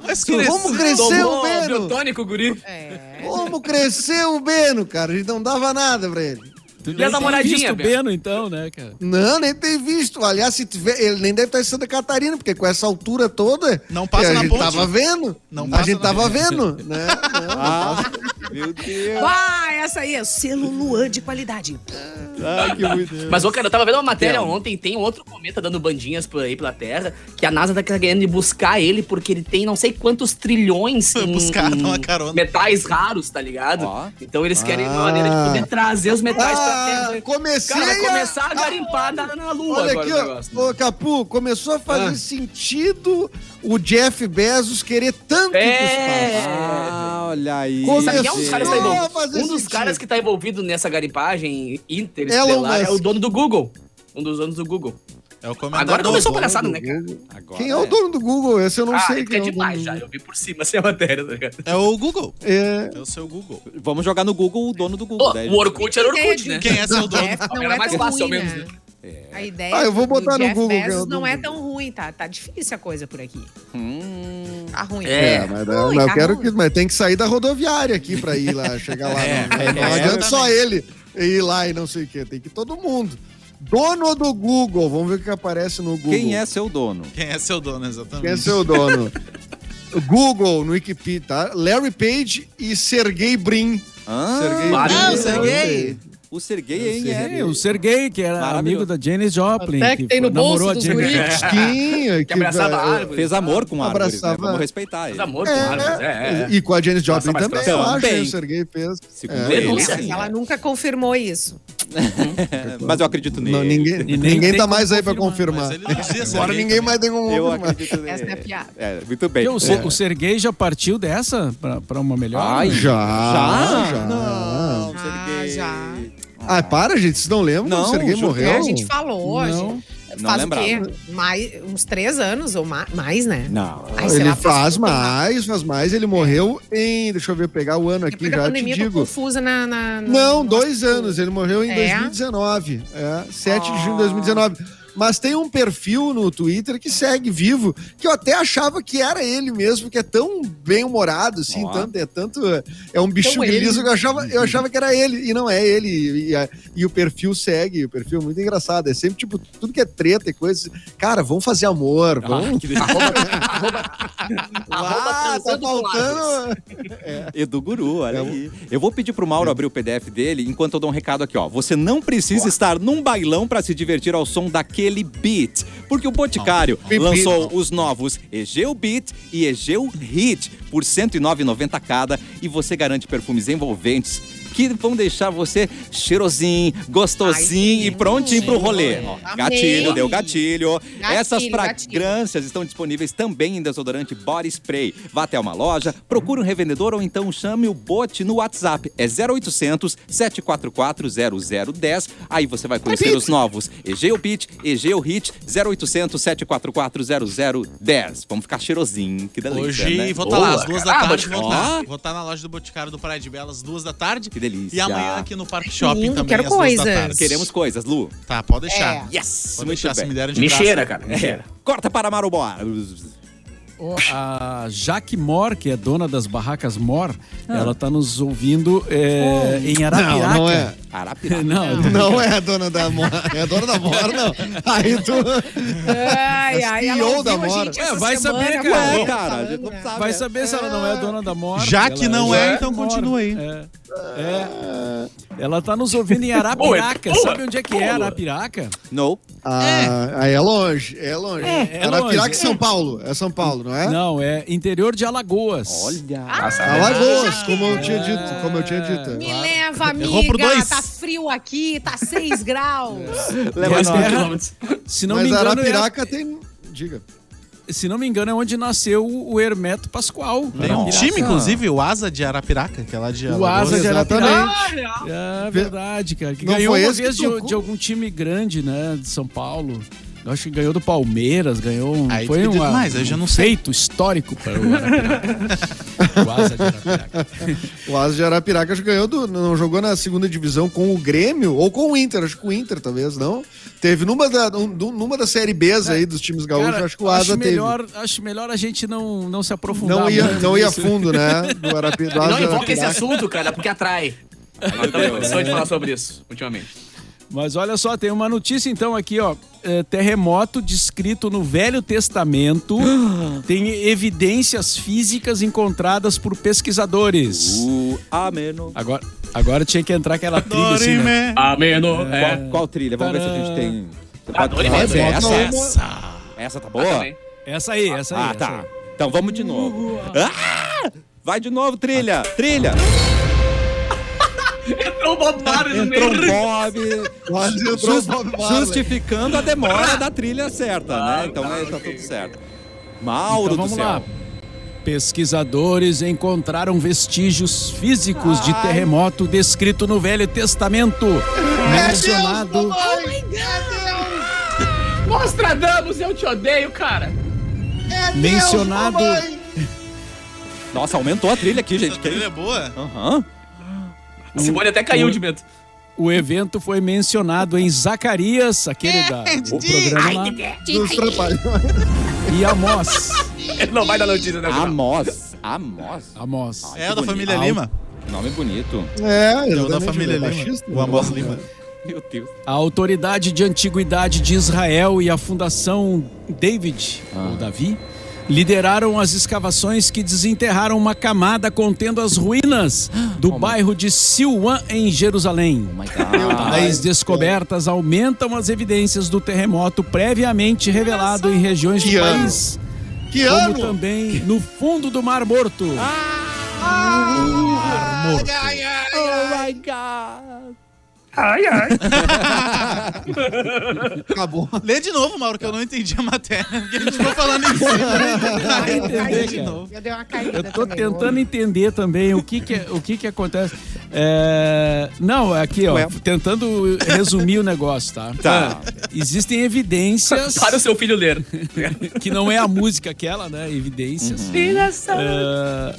F: Mas cresceu.
D: Como cresceu o
C: tomou um
D: Beno?
C: biotônico, guri.
B: É.
D: Como cresceu o Beno, cara? A gente não dava nada pra ele.
E: Tu nem
C: E a
E: tem
C: namoradinha,
E: visto o
C: Beno?
E: Beno, então, né, cara?
D: Não, nem tem visto. Aliás, se tiver, ele nem deve estar em Santa Catarina, porque com essa altura toda.
F: Não passa
D: a
F: na
D: gente
F: ponte.
D: tava vendo.
F: Não
D: a
F: passa
D: gente
F: na
D: tava vendo, né? Não,
A: Ah, Meu Deus.
B: Ah, essa aí é selo Luan de qualidade.
A: Ai, Ah, que muito.
C: Mas, ô, cara, eu tava vendo uma matéria
D: Então.
C: ontem, tem um outro cometa dando bandinhas por aí pela Terra, que a NASA tá querendo ir buscar ele porque ele tem não sei quantos trilhões em,
F: Buscar, dar uma
C: em
F: carona.
C: metais raros, tá ligado?
A: Ó.
C: Então eles querem
D: Ah.
C: uma maneira de poder trazer os metais pra
D: Ah,
C: Terra.
D: comecei
C: tá Cara, vai
D: a-
C: começar a garimpar na, na Lua
D: Olha
C: agora
D: aqui,
C: o negócio. né? Ah.
D: ó, ô, Capu, começou a fazer sentido o Jeff Bezos querer tanto do espaço.
A: Ah, olha aí.
D: É. Como
C: Sabe É. quem é um
D: Começou
C: dos caras que tá
D: a
C: envolvido?
D: fazer
C: Um dos
D: sentido.
C: caras que tá envolvido nessa garimpagem
D: Elon
C: interestelar é
D: Musk.
C: o dono do Google. Um dos donos do Google.
F: É o comendador.
C: Agora começou a palhaçada,
D: do
C: né, cara?
A: Agora
D: Quem é o dono do Google? Esse eu não
C: ah, é
D: sei. quem
C: que é
D: o
C: demais
D: dono
C: já.
D: do
C: Eu vi por cima essa matéria, tá ligado?
F: É o Google.
D: Google. É,
F: É o seu Google.
A: Vamos jogar no Google o dono do Google.
C: Pô,
A: daí a
C: o
A: gente-
C: Orkut era Orkut, né?
F: Quem é seu dono?
B: Jeff não
C: Era
B: é
C: mais
B: tão
C: fácil, ao
B: ruim,
C: menos,
B: né? A ideia
D: Ah, eu vou
B: do
D: botar no
B: Jeff
D: Google, que eu
B: Bezos
D: não-
B: não é tão ruim, tá? Tá difícil a coisa por aqui.
A: Hum,
B: Tá ruim.
C: É,
D: é, mas,
B: Tá
D: não,
B: ruim,
D: eu
B: tá
D: quero
B: ruim.
D: que, mas tem que sair da rodoviária aqui pra ir lá, chegar lá.
F: É,
D: não, não
F: é,
D: adianta
F: exatamente.
D: só ele ir lá e não sei o quê. Tem que ir todo mundo. Dono do Google. Vamos ver o que aparece no Google.
A: Quem é seu dono?
F: Quem é seu dono, exatamente.
D: Quem é seu dono? Google no Wikipedia, tá? Larry Page e Sergei Brin.
A: Ah,
D: Sergei
C: Claro.
D: Brin.
C: Ah, o
F: Sergei.
A: O Sergei, hein?
E: É,
A: É,
E: o Sergei, que era
A: Maravilhoso.
E: amigo da Janis Joplin.
B: Até que tem no bolso
E: namorou a
B: dos
E: Janis
B: guris.
E: Joplin.
D: Sim,
C: Que abraçava a árvore.
A: fez amor com árvores, né?
D: Abraçava-
A: Vamos respeitar ele.
C: Fez amor
D: É,
C: com árvores, é, é.
D: E com a Janis
C: Passa
D: Joplin
C: mais
D: também,
C: pra
D: eu
A: frente.
D: acho. né?
A: Também.
D: O Sergei fez.
A: Segundo
C: É,
A: ele,
C: denúncia.
A: sim.
B: Ela nunca confirmou isso.
A: É, Mas eu acredito nele.
D: Não, ninguém
E: nem
D: ninguém
E: tem
D: tá
E: como
D: mais aí pra
F: Mas
D: confirmar.
F: ele né? não dizia
D: Agora
F: Sergei
D: ninguém
F: também.
D: mais tem como
A: Eu
D: confirmar.
A: acredito nele.
B: Essa é a piada.
A: É, muito bem.
E: O, Ser- o Sergei já partiu dessa pra, pra uma melhor?
A: Ai,
E: né?
D: Já,
A: Já?
D: Ah, já.
A: Não,
B: Já,
A: Sergei.
B: já.
D: Ah, para, gente. Vocês não lembram
A: Não,
D: quando o Sergei
A: juro que
D: morreu?
B: A gente falou
E: Não.
B: hoje.
A: Não
B: Faz
A: lembrava.
B: o quê? Mais, uns três anos ou ma- mais, né?
A: Não.
B: Ai, será
D: ele
B: que
D: faz
B: eu-
D: mais, faz mais. Ele morreu em. Deixa eu ver, pegar o ano aqui,
B: Depois da
D: já te
B: pandemia, eu tô
D: digo.
B: confusa na... na- na-
D: Não,
B: no-
D: dois anos. Ele morreu em
B: Hum, É?
D: 2019. É, 7 de junho de
B: Ah.
D: 2019. Mas tem um perfil no Twitter que segue vivo, que eu até achava que era ele mesmo, que é tão bem-humorado, assim,
A: Ó.
D: tanto, é tanto. É um bicho
B: Então ele-
D: liso que eu achava, eu achava que era ele, e não é ele. E, a- e o perfil segue, o perfil é muito engraçado. É sempre, tipo, tudo que é treta e coisa. Cara, vamos fazer amor,
B: Ah.
D: vamos.
C: Arroba
D: Ah, tá
C: transando com árvores.
D: faltando.
A: Edu Guru, olha aí. Eu vou pedir pro Mauro abrir o PDF dele enquanto eu dou um recado aqui, ó. Você não precisa estar num bailão para se divertir ao som daquele beat, porque o Boticário
D: não.
A: lançou os novos Egeu Beat e Egeu Hit por R$ 109,90 cada e você garante perfumes envolventes que vão deixar você cheirosinho, gostosinho
B: Ai,
A: e prontinho pro rolê.
B: sim.
A: Ó,
B: Amei.
A: gatilho, deu gatilho.
B: Gatilho,
A: Essas
B: gatilho.
A: fragrâncias estão disponíveis também em desodorante Body Spray. Vá até uma loja, procure um revendedor ou então chame o Bote no WhatsApp. É 0800 744 0010. Aí você vai conhecer os novos Egeu Beat, Egeu Hit, 0800 744 0010. Vamos ficar cheirosinho, que delícia,
F: Hoje
A: né?
F: vou tá- estar lá
C: Boa,
F: às duas da
C: caramba,
F: tarde.
C: cara.
F: Vou estar
A: Ó.
F: vou tá na loja do Boticário do Praia de Belas às duas da tarde.
A: Oh, Que delícia.
F: E amanhã aqui no Parque Shopping
B: lindo,
F: também
B: quero
F: às duas da
B: coisas.
F: tarde.
A: Queremos coisas, Lu.
F: Tá, pode deixar.
A: Yes!
F: Pode
A: Muito
F: deixar, se
A: bem.
F: me deram de
C: Me
F: graça.
C: cheira, cara, me cheira.
A: Corta para Marubó.
E: Ó, A Jaque Mor, que é dona das barracas Mor,
B: Ah.
E: ela tá nos ouvindo
B: Oh.
E: é, em Arapiraca.
D: Não, não é.
A: Arapiraca.
E: Não,
D: Não é a dona da Mora. É a dona da Mora, não. Aí tu.
B: Ai, ai, ela
D: CEO
B: ouviu
D: da
B: a
D: Mora.
B: gente
E: É,
B: essa
E: vai
B: semana,
E: saber,
B: falou,
E: cara.
A: É, cara, a gente
B: falando,
A: não
B: né?
A: sabe.
E: Vai saber se ela não é dona da Mor.
F: Já que
E: Ela
F: não é, então
E: Mor.
F: continua aí.
E: É, é. Ela tá nos ouvindo em Arapiraca.
C: Boa,
E: Sabe onde é que é
C: boa.
E: Arapiraca?
A: Não.
D: Ah, aí é longe, é longe.
E: É, é
D: Arapiraca
E: longe.
D: e São Paulo. É São Paulo, não é? Ah,
E: Não, é interior de Alagoas.
A: Olha.
D: Alagoas, é como eu tinha dito, como eu tinha
B: Me
D: dito.
B: leva,
F: Errou por
B: amiga.
F: dois.
B: Tá frio aqui, tá 6 graus.
A: Leva
E: Mas
A: nós.
E: terra-
C: quilômetros.
E: Se não, me
D: Mas
E: engano,
D: Arapiraca tem. Diga.
E: é, se não me engano, é onde nasceu o Hermeto Pascoal.
F: Tem um
E: Arapiraca.
F: time, inclusive, o Asa de Arapiraca, que é lá de Alagoas.
E: Asa de
D: Exatamente.
E: É verdade, cara. Que
D: Não
E: ganhou
D: foi
E: uma
D: esse que
E: vez de,
D: tocou?
E: de algum time grande, né? De São Paulo. Eu acho que ganhou do Palmeiras, ganhou um.
F: Aí
E: foi
F: tu
E: um,
F: pediu demais, eu já não sei.
E: feito histórico para o Arapiraca. o Asa de Arapiraca.
D: O Asa de Arapiraca acho que ganhou do, não jogou na segunda divisão com o Grêmio ou com o Inter, acho que com o Inter talvez, não. Teve numa da, um- do- numa da série Bs aí dos times gaúchos,
E: Cara,
D: acho que o Asa
E: acho
D: teve.
E: melhor, acho melhor a gente não, não se aprofundar.
D: Não ia,
E: muito
D: não ia
E: nisso.
D: fundo, né? Do, Arapi, do
C: E
D: Asa
C: não
D: de
C: invoca esse é
D: Arapiraca.
C: assunto, cara, porque atrai. Nós estamos em condição de falar sobre isso, ultimamente.
E: Mas olha só, tem uma notícia então aqui, ó. É, terremoto descrito no Velho Testamento tem evidências físicas encontradas por pesquisadores.
A: O ameno.
E: Agora, agora tinha que entrar aquela trilha assim, né?
F: Dorime.
C: Ameno.
D: É.
A: Qual, qual trilha? Vamos ver se a gente tem. Você
C: Ah,
A: pode-
C: Dorime,
A: Essa,
E: Tá
A: essa,
E: essa,
F: Essa.
A: essa tá
C: Ah,
A: boa?
C: também.
E: Essa aí, essa aí.
A: Ah,
E: essa
A: tá.
E: aí.
A: Então vamos de novo. Ah! Vai de novo, trilha!
E: Ah.
A: Trilha!
C: Entrou o Bob Marley É um no
A: Entrou
C: meio.
A: um Bob.
D: Quase entrou o Bob Marley.
A: Justificando a demora da trilha certa, né? Então é, tá tudo certo. Mauro
E: Então,
A: do
E: vamos
A: céu.
E: lá. Pesquisadores encontraram vestígios físicos de
A: Ai.
E: terremoto descrito no Velho Testamento, é
C: Oh
E: relacionado
C: my God! Nostradamus, eu te odeio, cara.
E: mencionado
A: Nossa, aumentou a trilha aqui, gente.
F: Essa trilha é boa?
A: Aham.
D: Hum.
C: A Simone até caiu
E: o-
C: de medo.
E: o evento foi mencionado em Zacarias, aquele da o programa lá,
D: Nos trapalhões.
E: e Amós.
D: Hum.
C: Ele não vai dar notícia,
E: Tá
D: Ah,
C: né? Bruno?
A: Amos. Amos.
E: Amós.
F: É o da
A: bonito.
F: família
E: Al-
F: Lima.
A: Nome bonito.
D: É,
F: É o da
D: exatamente,
F: família
D: ele é
F: Lima.
D: baixista,
F: O
D: né?
F: Amos Lima.
A: Meu Deus.
E: A Autoridade de Antiguidade de Israel e a Fundação David,
D: Ah.
E: ou Davi, lideraram as escavações que desenterraram uma camada contendo as ruínas do bairro de Silwan, em Jerusalém.
A: Oh my
E: As
A: God.
E: descobertas aumentam as evidências do terremoto previamente revelado em regiões do
D: Que ano?
E: país,
D: Que
E: como
D: ano?
E: também no fundo do Mar Morto.
A: oh my God.
D: Acabou.
F: Lê de novo, Mauro, que eu não entendi a matéria. Porque a gente ficou falando em né? cima.
B: Ai, eu
E: entender,
B: caí.
E: cara.
B: Eu dei uma caída
E: Eu tô
B: também,
E: tentando entender também o que que, é- o que, que acontece. É, não, aqui, ó,
A: Ué.
E: tentando resumir o negócio, tá?
A: Tá.
E: Existem evidências
C: Para o seu filho ler.
E: que não é a música aquela, né? Evidências.
A: Uhum.
E: É,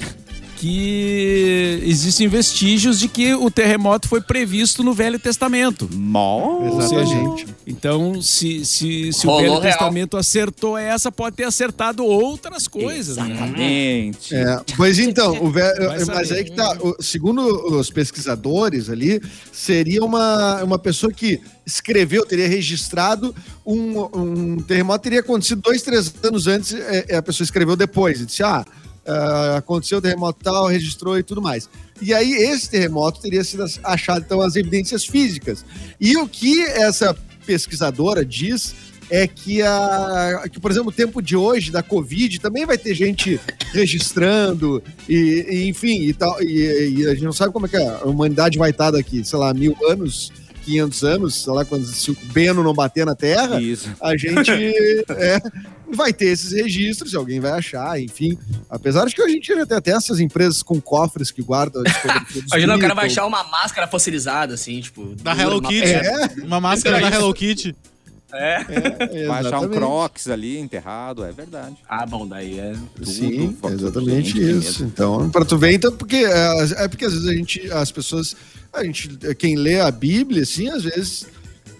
E: que existem vestígios de que o terremoto foi previsto no Velho Testamento.
A: Mó.
D: Exatamente.
E: Então, se, se, se o
C: Rolou
E: Velho
C: real.
E: Testamento acertou essa, pode ter acertado outras coisas. Né?
A: Exatamente.
D: É, mas então, o ve-
E: Vai saber. Uhum.
D: mas aí que tá. o- Segundo os pesquisadores ali, seria uma, uma pessoa que escreveu, teria registrado um, um terremoto, teria acontecido dois, três anos antes, é, é, a pessoa escreveu depois. E disse: ah, ah, aconteceu o terremoto tal, registrou e tudo mais. E aí, esse terremoto teria sido ach- achado, então, as evidências físicas. E o que essa pesquisadora diz é que, a, que, por exemplo, o tempo de hoje, da Covid, também vai ter gente registrando, e, e, enfim, e, tal, e, e a gente não sabe como é que a humanidade vai estar daqui, sei lá, mil anos, 500 anos, sei lá, quando, se o Beno não bater na Terra,
A: Isso.
D: a gente é, vai ter esses registros, se alguém vai achar, enfim. Apesar de que hoje em dia já tem até essas empresas com cofres que guardam... as fotografias dos
C: Imagina o cara
D: Beatles.
C: vai achar uma máscara fossilizada, assim, tipo.
F: Da
C: dura,
F: Hello
C: uma
F: Kitty.
C: pedra.
D: É,
F: Uma máscara da Hello Kitty.
D: é,
A: Vai achar um
D: exatamente.
A: Crocs ali enterrado, é verdade.
C: Ah, bom, daí é.
A: Tudo,
D: Sim,
A: foto de
D: exatamente
A: gente, que
D: isso. Então, para tu ver, então, porque é, é porque às vezes a gente, as pessoas, a gente, quem lê a Bíblia, assim, às vezes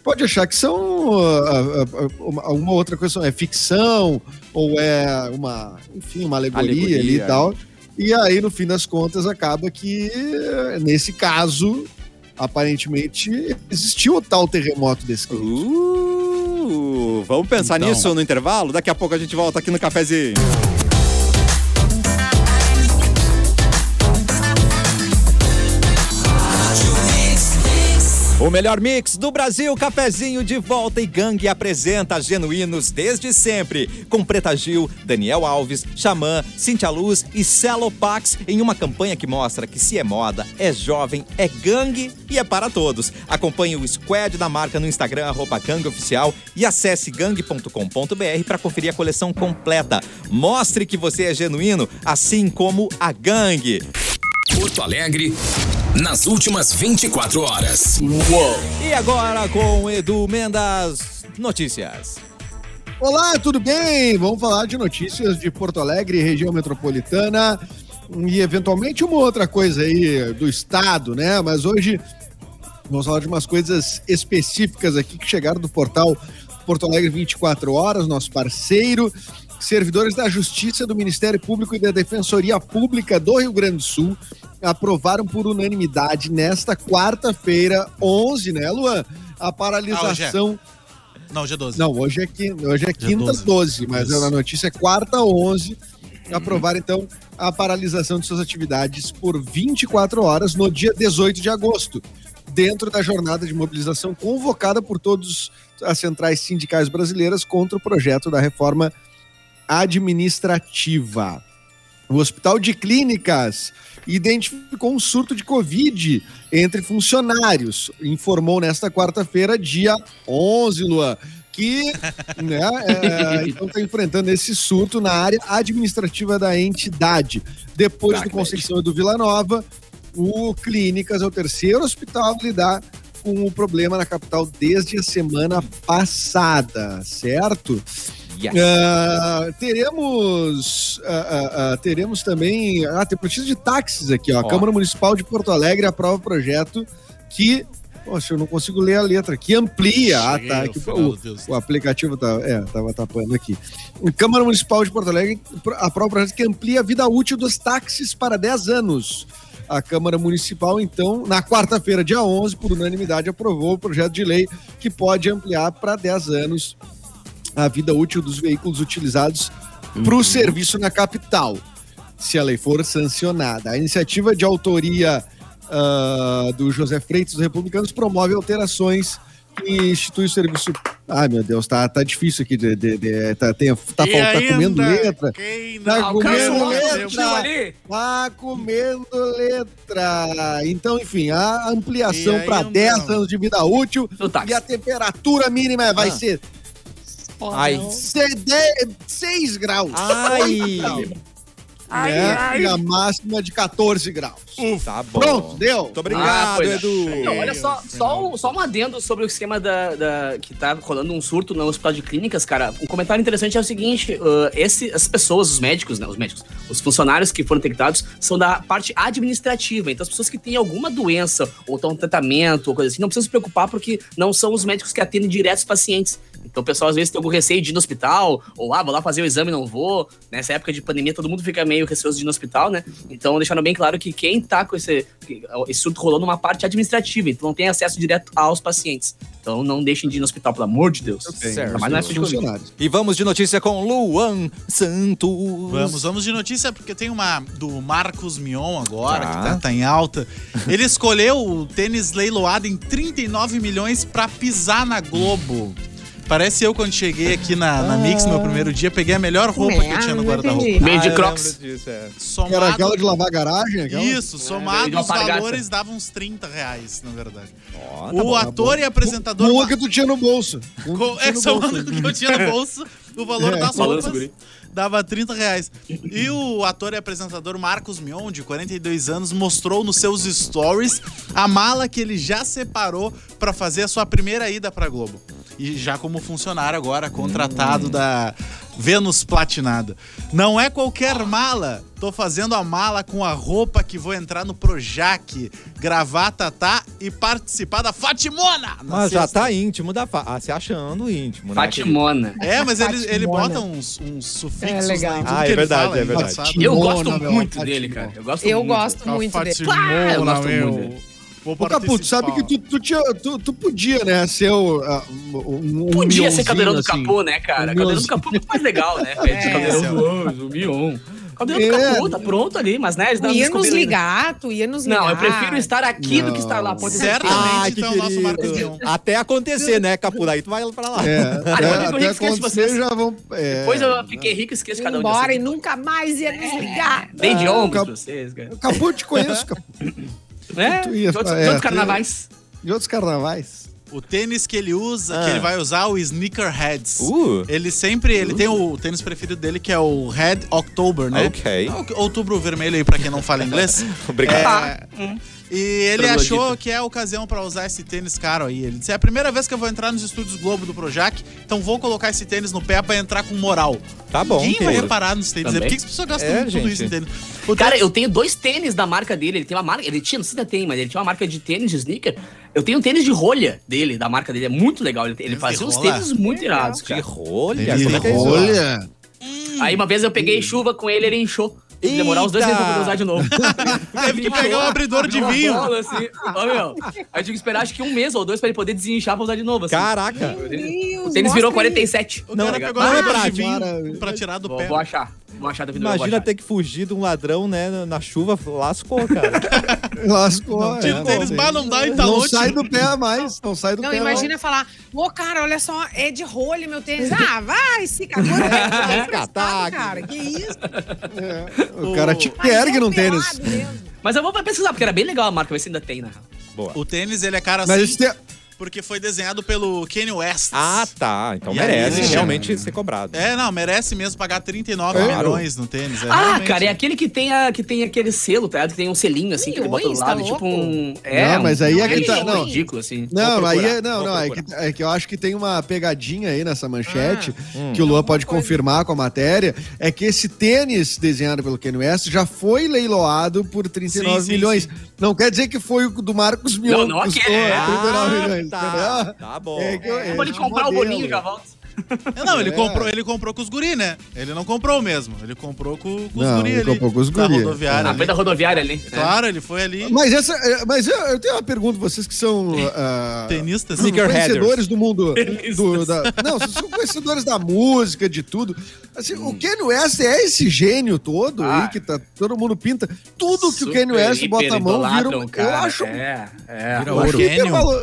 D: pode achar que são ah, ah, ah, uma, uma outra coisa, é ficção ou é uma, enfim, uma alegoria,
A: Alegoria,
D: ali e
A: é.
D: tal. E aí, no fim das contas, acaba que eh, nesse caso, aparentemente, existiu o tal terremoto desse.
A: Uhum. Uh, vamos pensar
E: Então.
A: nisso no intervalo? Daqui a pouco a gente volta aqui no cafezinho. O melhor mix do Brasil, cafezinho de volta e gangue apresenta genuínos desde sempre. Com Preta Gil, Daniel Alves, Xamã, Cintia Luz e Celopax em uma campanha que mostra que se é moda, é jovem, é gangue e é para todos. Acompanhe o squad da marca no Instagram, arroba gangue oficial e acesse gangue.com.br para conferir a coleção completa. Mostre que você é genuíno, assim como a gangue.
G: Porto Alegre, nas últimas 24 horas.
A: E agora com Edu Mendas Notícias.
D: Olá, tudo bem? Vamos falar de notícias de Porto Alegre, região metropolitana e eventualmente uma outra coisa aí do estado, né? Mas hoje vamos falar de umas coisas específicas aqui que chegaram do portal Porto Alegre 24 Horas, nosso parceiro. Servidores da Justiça do Ministério Público e da Defensoria Pública do Rio Grande do Sul aprovaram por unanimidade nesta quarta-feira, 11, né, Luan? a paralisação.
F: Não, hoje é 12.
D: Não, hoje é, quin- hoje é quinta 12,
F: 12.
D: mas
F: Isso.
D: a notícia é quarta 11. Aprovar, então, a paralisação de suas atividades por 24 horas no dia 18 de agosto, dentro da jornada de mobilização convocada por todas as centrais sindicais brasileiras contra o projeto da reforma administrativa. O Hospital de Clínicas identificou um surto de Covid entre funcionários, informou nesta quarta-feira, dia 11, Luan, que né, é, então está enfrentando esse surto na área administrativa da entidade. Depois do Conceição e do Vila Nova, o Clínicas é o terceiro hospital a lidar com o problema na capital desde a semana passada, certo? Ah, teremos ah, ah, ah, teremos também ah tem notícia de táxis aqui ó. A Câmara Municipal de Porto Alegre aprova projeto que Poxa, eu não consigo ler a letra aqui. Amplia. Ah, tá. Aqui, o, o aplicativo tá, é, tava tapando aqui. Câmara Municipal de Porto Alegre aprova o projeto que amplia a vida útil dos táxis para 10 anos. A Câmara Municipal, então, na quarta-feira, dia 11, por unanimidade, aprovou o projeto de lei que pode ampliar para 10 anos a vida útil dos veículos utilizados para
F: Uhum.
D: o serviço na capital, se a lei for sancionada. A iniciativa de autoria ah, do José Freitas dos Republicanos promove alterações e institui o serviço. Ai, meu Deus, tá, tá difícil aqui. De, de- de- tá tem, tá, fal-
F: E
D: tá
F: ainda,
D: comendo letra.
F: quem
D: Tá
F: não
D: comendo
C: Alcançou
F: alcançou,
D: letra.
F: deu
C: tio ali.
D: Tá comendo letra. Então, enfim, a ampliação
F: E
D: para
F: ainda.
D: 10 anos de vida útil
C: No táxi.
D: e a temperatura mínima
H: Ah.
D: vai ser
H: Ai.
D: 6 graus.
H: Ah, Ai.
D: né? E a máxima de 14 graus.
H: Tá bom.
D: Pronto, deu.
A: Muito
F: Ah,
A: obrigado,
C: pois é.
A: Edu.
C: Não, olha só, só um, só um adendo sobre o esquema da, da- que tá rolando um surto no hospital de clínicas, cara. Um comentário interessante é o seguinte: uh, esse, as pessoas, os médicos, né? Os médicos, os funcionários que foram detectados são da parte administrativa. Então, as pessoas que têm alguma doença ou estão em tratamento ou coisa assim, não precisam se preocupar porque não são os médicos que atendem direto os pacientes. Então, o pessoal às vezes tem algum receio de ir no hospital, ou ah, vou lá fazer o exame e não vou. Nessa época de pandemia, todo mundo fica meio receoso de ir no hospital, né? Então, deixando bem claro que quem tá com esse, esse surto rolando numa parte administrativa, então não tem acesso direto aos pacientes. Então, não deixem de ir no hospital, pelo amor de Deus.
H: Certo.
C: Mas não é
D: Os
C: de Covid.
D: funcionários.
A: E vamos de notícia com Luan Santos.
F: Vamos, vamos de notícia, porque tem uma do Marcos Mion
H: Tá.
F: agora, que tá, tá em alta. Ele escolheu o tênis leiloado em 39 milhões pra pisar na Globo. Parece eu quando cheguei aqui na, na Mix,
D: Ah.
F: meu primeiro dia, peguei a melhor roupa
D: é?
F: que eu tinha no
B: Ah,
F: guarda-roupa.
B: entendi.
C: Meio de
H: eu
C: crocs.
H: lembro disso, é.
D: Era
F: Somado,
D: aquela de lavar a garagem? Aquela?
F: isso,
C: de
F: somado
C: uma
F: os
C: alpargata.
F: valores dava uns 30 reais, na verdade.
H: Ó, tá
F: o
H: bom, tá
F: ator e apresentador...
D: Uma que tu tinha no bolso. Uma
F: Co-
D: que tu
F: É
D: tinha
F: que
D: no
F: são
D: bolso.
F: que eu tinha no bolso, o valor
D: É.
F: das
C: Falando,
F: roupas
C: guri.
F: dava 30 reais. E o ator e apresentador Marcos Mion, de 42 anos, mostrou nos seus stories a mala que ele já separou pra fazer a sua primeira ida pra Globo. E já como funcionário agora, contratado da Vênus Platinada. Não é qualquer mala. Tô fazendo a mala com a roupa que vou entrar no Projac, gravar Tatá e participar da Fatimona! na
H: Mas já
F: sexta.
H: tá íntimo da fa... ah, se achando íntimo, né?
C: Fatimona.
F: É, mas ele, ele bota uns, uns sufixos.
B: É, legal.
F: Né, em tudo
H: Ah, é
F: que ele
H: verdade,
F: fala,
H: é
F: ele
H: verdade.
F: sabe.
C: Eu
D: Fatimona,
C: gosto
D: meu,
C: muito
D: Fatimona.
C: dele, cara. Eu gosto
B: Eu
C: muito.
B: gosto muito dele.
C: Claro, eu gosto
F: meu.
C: muito dele.
F: Vou
D: Ô, Caputo, sabe que tu, tu, tinha, tu, tu podia, né, ser o, ah, um, um- um
C: Podia ser
D: mionzinho,
C: cadeirão do
D: assim.
C: capô, né, cara?
D: Um
C: Cadeirão do
D: mionzinho.
C: capô é muito mais legal, né? velho?
B: É.
C: Cadeirão do anjo, o Mion. Cadeirão
D: É.
C: do capô, tá pronto ali, mas né? eles
B: Tu
C: não
B: ia nos
C: descobriram ainda.
B: ligar, tu ia nos ligar.
C: Não, eu
B: Ah.
C: prefiro estar aqui do que estar lá. Pode ser.
F: Certamente,
H: Ah, que
F: então, o nosso Marcos Mion.
H: querido. Ah. Até acontecer, né, Capura? Aí tu vai pra lá.
D: É,
C: depois
D: até,
C: eu
D: até
C: esqueço
D: quando
C: vocês.
D: vocês já vão... É,
C: Depois eu fiquei rico e esqueci
B: Ia
C: cada um de
B: embora e
C: vocês.
B: nunca mais ia
F: É.
B: nos ligar.
C: Dei de
D: Ah,
C: ombros
D: cap-
C: pra vocês, cara.
D: Caputo, te conheço, Caputo.
C: Né?
D: tu ia
C: De outros,
D: falar,
C: de
D: é,
C: outros
D: tu-
C: carnavais.
D: De outros carnavais.
F: O tênis que ele usa,
H: Ah.
F: que ele vai usar, o Sneakerheads.
H: Uh.
F: Ele sempre, ele tem o tênis preferido dele, que é o Red October, né?
H: Ok.
F: Ah, o- Outubro vermelho aí, pra quem não fala inglês.
H: Obrigado.
C: Tá.
F: E ele
C: Troglodita.
F: achou que é a ocasião pra usar esse tênis caro aí. Ele disse: é a primeira vez que eu vou entrar nos estúdios Globo do Projac, então vou colocar esse tênis no pé pra entrar com moral.
H: Tá bom,
F: Quem vai
H: querido.
F: reparar nos tênis? né?
C: Também.
F: Por que que as pessoas gastam
H: É,
F: tudo
H: gente.
F: isso em tênis? O
C: Cara,
F: tênis-
C: eu tenho dois tênis da marca dele. Ele tem uma marca. Ele tinha, não sei se ainda tem, mas ele tinha uma marca de tênis de sneaker. Eu tenho um tênis de rolha dele, da marca dele. É muito legal. Ele, ele
F: Tênis de
C: fazia uns
F: rola?
C: tênis muito irados,
H: De
C: cara.
H: rolha?
F: Tênis de
H: Como é que é isso?
F: rolha.
C: Aí uma vez eu peguei chuva com ele, ele inchou. Tem que Demorar uns dois
H: Eita!
C: meses pra poder usar de novo.
F: Teve que pegar um abridor de
C: Uma
F: vinho.
C: bola, assim. Ó, meu. Aí eu tive que esperar acho que um mês ou dois pra ele poder desinchar pra usar de novo. Assim.
H: Caraca.
C: O tênis-
B: Deus,
C: o tênis virou
B: mostra aí.
C: 47.
F: O
C: Tá
F: cara
C: ligado?
F: pegou um
H: Não é
F: abridor de
H: prático.
F: vinho pra tirar do
C: vou,
F: pé.
C: vou achar. Vou achar da vida
H: Imagina
C: ter
H: ter que fugir de um ladrão, né, na- na chuva, lascou, cara.
D: Lascou. é.
F: Tira o tênis, bah, não dá tá
D: não
F: Italonte.
D: sai do pé a mais. Não sai do
B: Não,
D: pé
B: imagina falar, ô cara, olha só, é de rolho meu tênis. Ah, vai, se cagou. né? Tá
H: Catar.
B: emprestado, cara, que isso? um
D: mais. É, O cara te ergue num
B: pelado assim.
D: tênis.
B: mesmo.
C: Mas eu vou pesquisar, porque era bem legal a marca, mas se ainda tem, né?
F: O tênis, ele é cara
D: Mas
F: assim,
D: isso tem...
F: porque foi desenhado pelo Kanye West.
H: Ah, tá. Então
F: E aí,
H: merece
F: né?
H: realmente ser cobrado.
F: É, não, merece mesmo pagar 39
H: Claro.
F: milhões no tênis. é,
C: Ah,
F: realmente.
C: cara, é aquele que tem, a, que tem aquele selo, tá? ligado? Que tem um selinho, assim, que ele bota do
B: Milhões,
C: lado,
B: tá louco?
C: tipo um... É,
D: Não, mas
C: um-
D: aí é
B: que
C: aquele
B: tá-
C: selo
B: não.
C: ridículo, assim.
D: Não,
H: Vou
D: aí
H: procurar,
D: é, não,
H: vou
D: não, é que,
H: procurar.
D: é que eu acho que tem uma pegadinha aí nessa manchete,
H: Ah,
D: que o Luan pode
B: coisa.
D: confirmar com a matéria, é que esse tênis desenhado pelo Kanye West já foi leiloado por 39
F: Sim, sim,
D: milhões. Não quer dizer que foi o do Marcos Mion.
C: Não, não
D: que custou
C: aquele, é.
D: 39 milhões,
H: tá.
D: entendeu?
H: Tá bom.
D: É que eu- é
C: Eu vou ali
D: um
C: comprar o
D: modelo.
C: bolinho, já volto.
F: É, Não, ele,
D: É.
F: comprou, ele comprou com os guri, né? Ele não comprou mesmo. Ele comprou com, com os
D: Não,
F: guri
D: ele
F: ali.
D: comprou com os
F: da
D: guri.
F: rodoviária
C: Na
F: ali. É.
C: frente Ah, da
D: é
C: rodoviária ali.
F: Claro, ele foi ali.
D: Mas, essa, é, mas eu, eu tenho uma pergunta, vocês que são ah,
F: Tenistas.
D: conhecedores do mundo. do- da- não, vocês são conhecedores da música, de tudo. Assim, O Kanye West é esse gênio todo aí
C: Hum. Ah.
D: que tá, todo mundo pinta. Tudo que o Kanye West bota a mão vira. um- Eu acho. um
C: É, é.
E: Vira
D: eu acho
E: ouro.
F: Gênio.
D: hipervalo-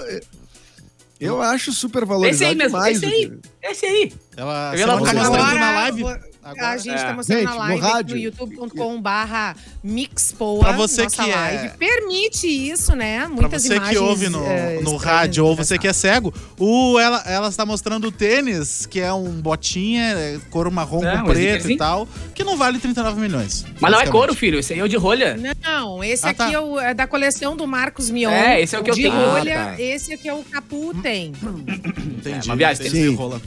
D: Eu acho super valorizado.
C: Esse aí mesmo,
D: demais
C: esse
D: o
C: aí.
D: Kanye.
C: é Esse aí.
F: Ela
C: Eu
F: semana
C: ia lá Ah,
F: tá
C: mostrar.
F: mostrando
B: Agora,
F: na live.
B: vou- a gente
C: é.
B: tá mostrando
D: Gente,
B: na
D: no
B: live
D: rádio.
B: no youtube.com barra mixpoa.
F: Pra você
B: nossa
F: que é-
B: live. Permite isso, né?
F: Pra
B: Muitas
F: você
B: imagens.
F: que ouve no,
B: eh,
F: no
B: estranhas,
F: rádio ou você
B: engraçadas.
F: que é cego, o, ela, ela está mostrando o tênis, que é um botinha, é, cor marrom
C: É,
F: com
C: um
F: preto e
C: sneakerzinho.
F: tal, que não vale 39 milhões.
C: Mas não é
F: basicamente.
C: couro, filho. Esse aí é o de rolha.
B: Não, esse
F: Ah,
B: aqui
F: tá.
B: é, o, é da coleção do Marcos Mion.
C: É, esse é o que eu
B: de
C: tenho.
B: Rolha,
H: Ah, tá.
B: Esse aqui é o Capu tem.
F: Entendi.
C: É, uma viagem,
F: Tênis
D: sim.
F: de rola.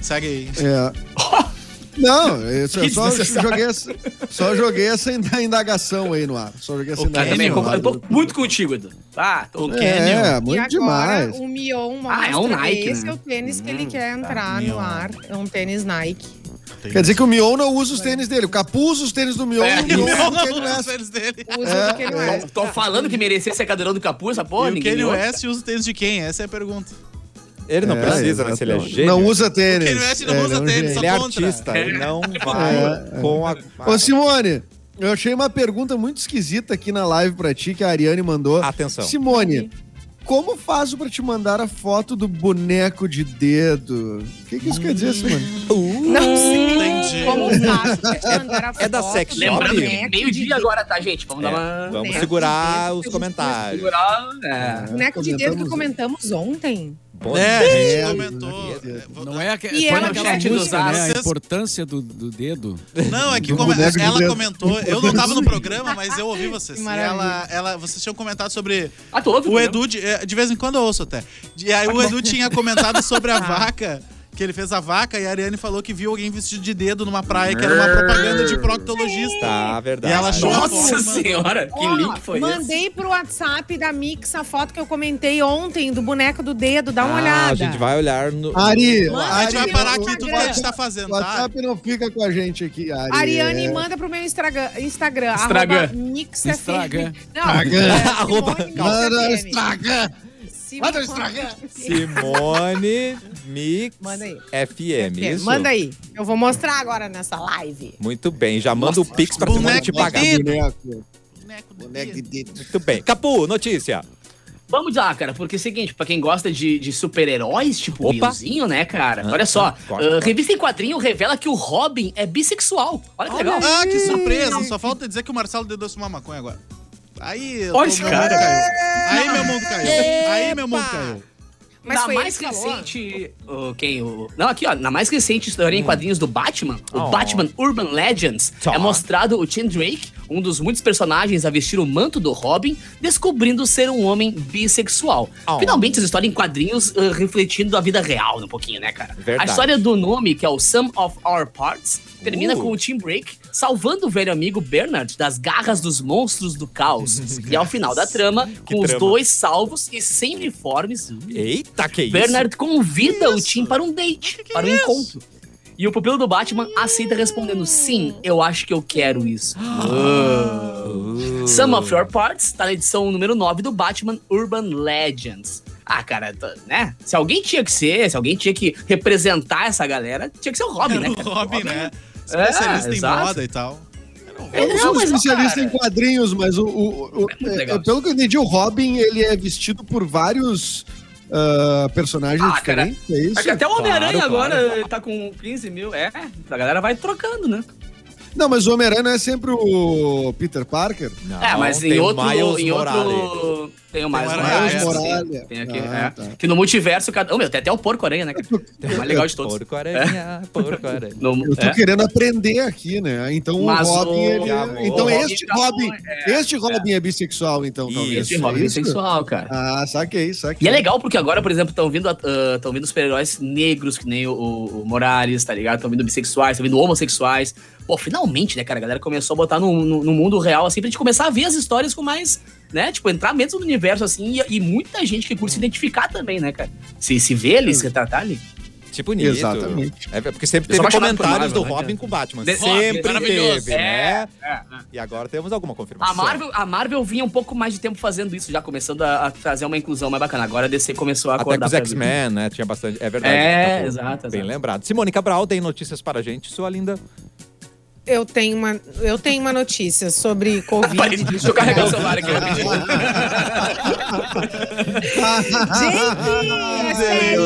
F: Segue aí.
D: É. Não, eu só,
C: Que
D: só
C: desnecessário.
D: joguei essa, só joguei essa inda- indagação aí no ar. Só joguei essa
F: O
C: Eu
F: Kanye,
C: também é
D: indagação. no
C: concordo.
D: ar.
C: Eu tô muito contigo, Edu. Ah, tô
D: É, é,
B: e
D: muito
B: agora
D: demais.
B: o Mion mostra.
C: Ah, é um Nike,
B: Esse
C: né?
B: é o tênis que ele
C: Hum,
B: quer entrar no
F: Mion.
B: ar. É um tênis Nike.
D: Quer dizer que o Mion não usa os tênis dele. O Capu usa os tênis do Mion
C: É.
D: e o Mion usa o Kanye
F: Não, os
D: West.
F: tênis dele.
B: Usa
D: É,
B: porque não é.
C: Tô falando que merecia ser cadeirão do capuz, essa porra,
F: e o
C: ninguém.
F: Kanye
C: me ouve.
F: West usa o tênis de quem? Essa é a pergunta.
H: Ele não
D: É,
H: precisa, né? Se ele é
D: exatamente.
H: gênio.
D: Não usa tênis.
F: Kanye West não
D: É,
F: usa
D: ele é um
F: tênis,
D: gênio.
H: Ele é
F: contra.
H: artista, ele não vai com a.
D: Ô, Simone, eu achei uma pergunta muito esquisita aqui na live pra ti, que a Ariane mandou.
H: Atenção.
D: Simone, como faço pra te mandar a foto do boneco de dedo? O que, que isso quer dizer,
B: Hum,
D: Simone?
B: Não sei.
F: Entendi.
B: Como faço pra te mandar a
H: É da
B: foto
H: sex shop?
B: do
C: Lembrando
H: Óbvio.
C: que
B: boneco de
C: meio-dia agora, tá, gente? Vamos
H: É,
C: dar uma.
H: Vamos
B: né?
H: segurar os
B: Dedo,
H: comentários.
C: Segurar. É.
B: Boneco de dedo que
D: Comentamos-
B: comentamos ontem.
H: Bom,
F: É, a gente
D: Deus,
F: comentou.
D: meu Deus.
F: É, vou-
E: Não é, aque-
B: E
E: põe
B: era um
E: naquela
C: chat do
E: música, né? A
F: Zaz.
E: importância do, do dedo.
F: Não, é que
D: Do
F: como
D: boneco de
F: ela
D: Deus.
F: comentou, eu não tava no programa, mas eu ouvi vocês.
B: Que
F: E
B: maravilha.
F: ela, ela, vocês tinham comentado sobre
C: Ah, tu ouve?
F: o
C: né?
F: Edu, de, eh, de vez em quando eu ouço até. E aí o Edu tinha comentado sobre a vaca, que ele fez a vaca e a Ariane falou que viu alguém vestido de dedo numa praia, que era uma propaganda de proctologista.
H: tá, verdade.
F: E ela achou-
C: Nossa
F: Mano.
C: senhora, que
B: Ó,
C: link foi esse?
B: mandei pro WhatsApp da Mix a foto que eu comentei ontem do boneco do dedo. Dá uma
H: Ah,
B: olhada.
H: A gente vai olhar no.
D: Ari,
B: Manda
F: A gente vai
D: Ari,
F: parar
D: o-
F: aqui tudo que a gente tá fazendo,
D: O
F: tá?
D: WhatsApp não fica com a gente aqui, Ari.
B: Ariane,
D: É.
B: manda pro meu Instagram. Instagram.
C: Instagram.
B: arroba Mix
E: Instagram.
B: FM. Não, é, Simone
D: Manda
B: Mix FM.
D: estraga.
B: Simone-
D: Manda Instagram.
H: Simone Mix
B: Manda aí.
H: FM.
B: É,
H: Isso?
B: Manda aí. Eu vou mostrar agora nessa live.
H: Muito bem, já manda o Pix pra Simone
C: é
F: boneco
H: te pagar.
F: de dedo.
D: Boneco,
F: Boneco do
D: boneco de
F: dedo.
D: dedo.
H: Muito bem. Capu, notícia.
C: Vamos lá, cara, porque é o seguinte, pra quem gosta de, de super-heróis, tipo o
H: Opa.
C: Willzinho, né, cara?
H: Ah,
C: Olha só,
H: ah, corta,
C: ah,
H: corta.
C: revista em quadrinho revela que o Robin é bissexual. Olha que legal.
F: Ah, que surpresa! Só falta dizer que o Marcelo dedou uma maconha agora. Aí, eu tô-
C: Olha esse
F: meu
C: cara.
F: mundo caiu. Aí meu mundo caiu. Aí meu mundo
H: Epa!
F: caiu.
B: Mas
C: na
B: foi
C: mais
B: ele que falou.
C: recente. o- quem? O, não, aqui, ó. Na mais recente história em quadrinhos do Batman, o
H: Hum. Oh.
C: Batman Urban Legends,
H: Tá.
C: é mostrado o Tim Drake, um dos muitos personagens a vestir o manto do Robin, descobrindo ser um homem bissexual.
H: Oh.
C: Finalmente, essa história em quadrinhos eh, refletindo a vida real um pouquinho, né, cara?
H: Verdade.
C: A história do nome, que é o Sum of Our Parts, termina
H: Uh.
C: com o Tim Drake salvando o velho amigo Bernard das garras dos monstros do caos. e ao final da trama, com os
H: trama.
C: dois salvos e sem uniformes,
H: Eita, que isso. é
C: Bernard convida o Tim para um date, para um encontro. E o pupilo do Batman aceita respondendo: Sim, eu acho que eu quero isso.
H: Ah.
C: Some of Your Parts tá na edição número 9 do Batman Urban Legends. Ah, cara, tá- né? Se alguém tinha que ser, se alguém tinha que representar essa galera, tinha que ser o Robin, né?
F: O
C: cara?
F: Robin, né?
C: É,
F: Especialista em
C: exato.
F: moda e tal.
H: É,
D: Eu não
C: Não,
D: sou
C: mas,
D: especialista
C: cara,
D: em quadrinhos, mas o, o- o-
C: É muito legal
D: é, pelo que eu entendi, o Robin ele é vestido por vários ah, personagens
C: Ah, cara.
D: diferentes, é isso?
C: Acho que até o Homem-Aranha
H: Claro,
C: agora tá com 15 mil. É, a galera vai trocando, né?
D: Não, mas o Homem-Aranha não é sempre o Peter Parker.
H: Não,
C: é, mas em
H: tem
C: outro.
H: Miles
C: em
H: Morales.
C: outro tem o mais
F: Tem o
C: Morales.
F: Miles
C: sim.
D: Morales.
C: Tem aqui.
D: Ah,
C: é.
D: tá.
C: Que no multiverso, cada. Ô, meu, tem até o porco-aranha, né? cara? É o mais legal de todos.
H: Porco aranha,
C: É.
H: porco aranha.
C: No-
D: Eu tô
C: é.
D: querendo aprender aqui, né? Então
C: Mas
D: o Robin,
C: o-
D: ele-
H: Amor.
D: Então
H: O Robin
D: este
C: tá
D: Robin,
C: bom, é,
D: este Robin é. bissexual, então,
H: Isso,
D: talvez.
C: Esse
D: é
C: Robin é
D: isso?
C: sexual, cara.
D: Ah, saquei,
C: E
D: saquei.
C: é legal porque agora, por exemplo, estão vindo, ah, tão vindo super-heróis negros, que nem o, o Morales, tá ligado? Estão vindo bissexuais, estão vindo homossexuais. Pô, finalmente, né, cara? A galera começou a botar no, no- no mundo real, assim, pra gente começar a ver as histórias com mais, né? Tipo, entrar mesmo no universo, assim, e, e muita gente que curte se identificar também, né, cara? Se, se vê ali, se retratar ali.
H: Tipo bonito.
D: Exatamente.
H: É porque sempre
C: Eu sou
H: teve
C: apaixonado por
H: comentários
C: Marvel,
H: do
C: né,
H: Robin
C: cara?
H: com Batman.
C: The-
H: sempre
C: maravilhoso.
H: teve,
C: É,
H: né?
C: é, é.
H: E agora temos alguma confirmação.
C: A Marvel, a Marvel vinha um pouco mais de tempo fazendo isso, já começando a, a trazer uma inclusão mais bacana. Agora a DC começou a
H: Até com
C: acordar.
H: os
C: pra ver.
H: X-Men, né? Tinha bastante. É verdade.
C: É,
H: bom.
C: exato,
H: Bem
C: exato.
H: lembrado. Simone Cabral tem notícias para a gente, sua linda.
B: Eu tenho uma, eu tenho uma notícia sobre
C: Parei,
B: Covid.
C: Deixa eu carregar o celular aqui rapidinho.
B: Gente, é sério!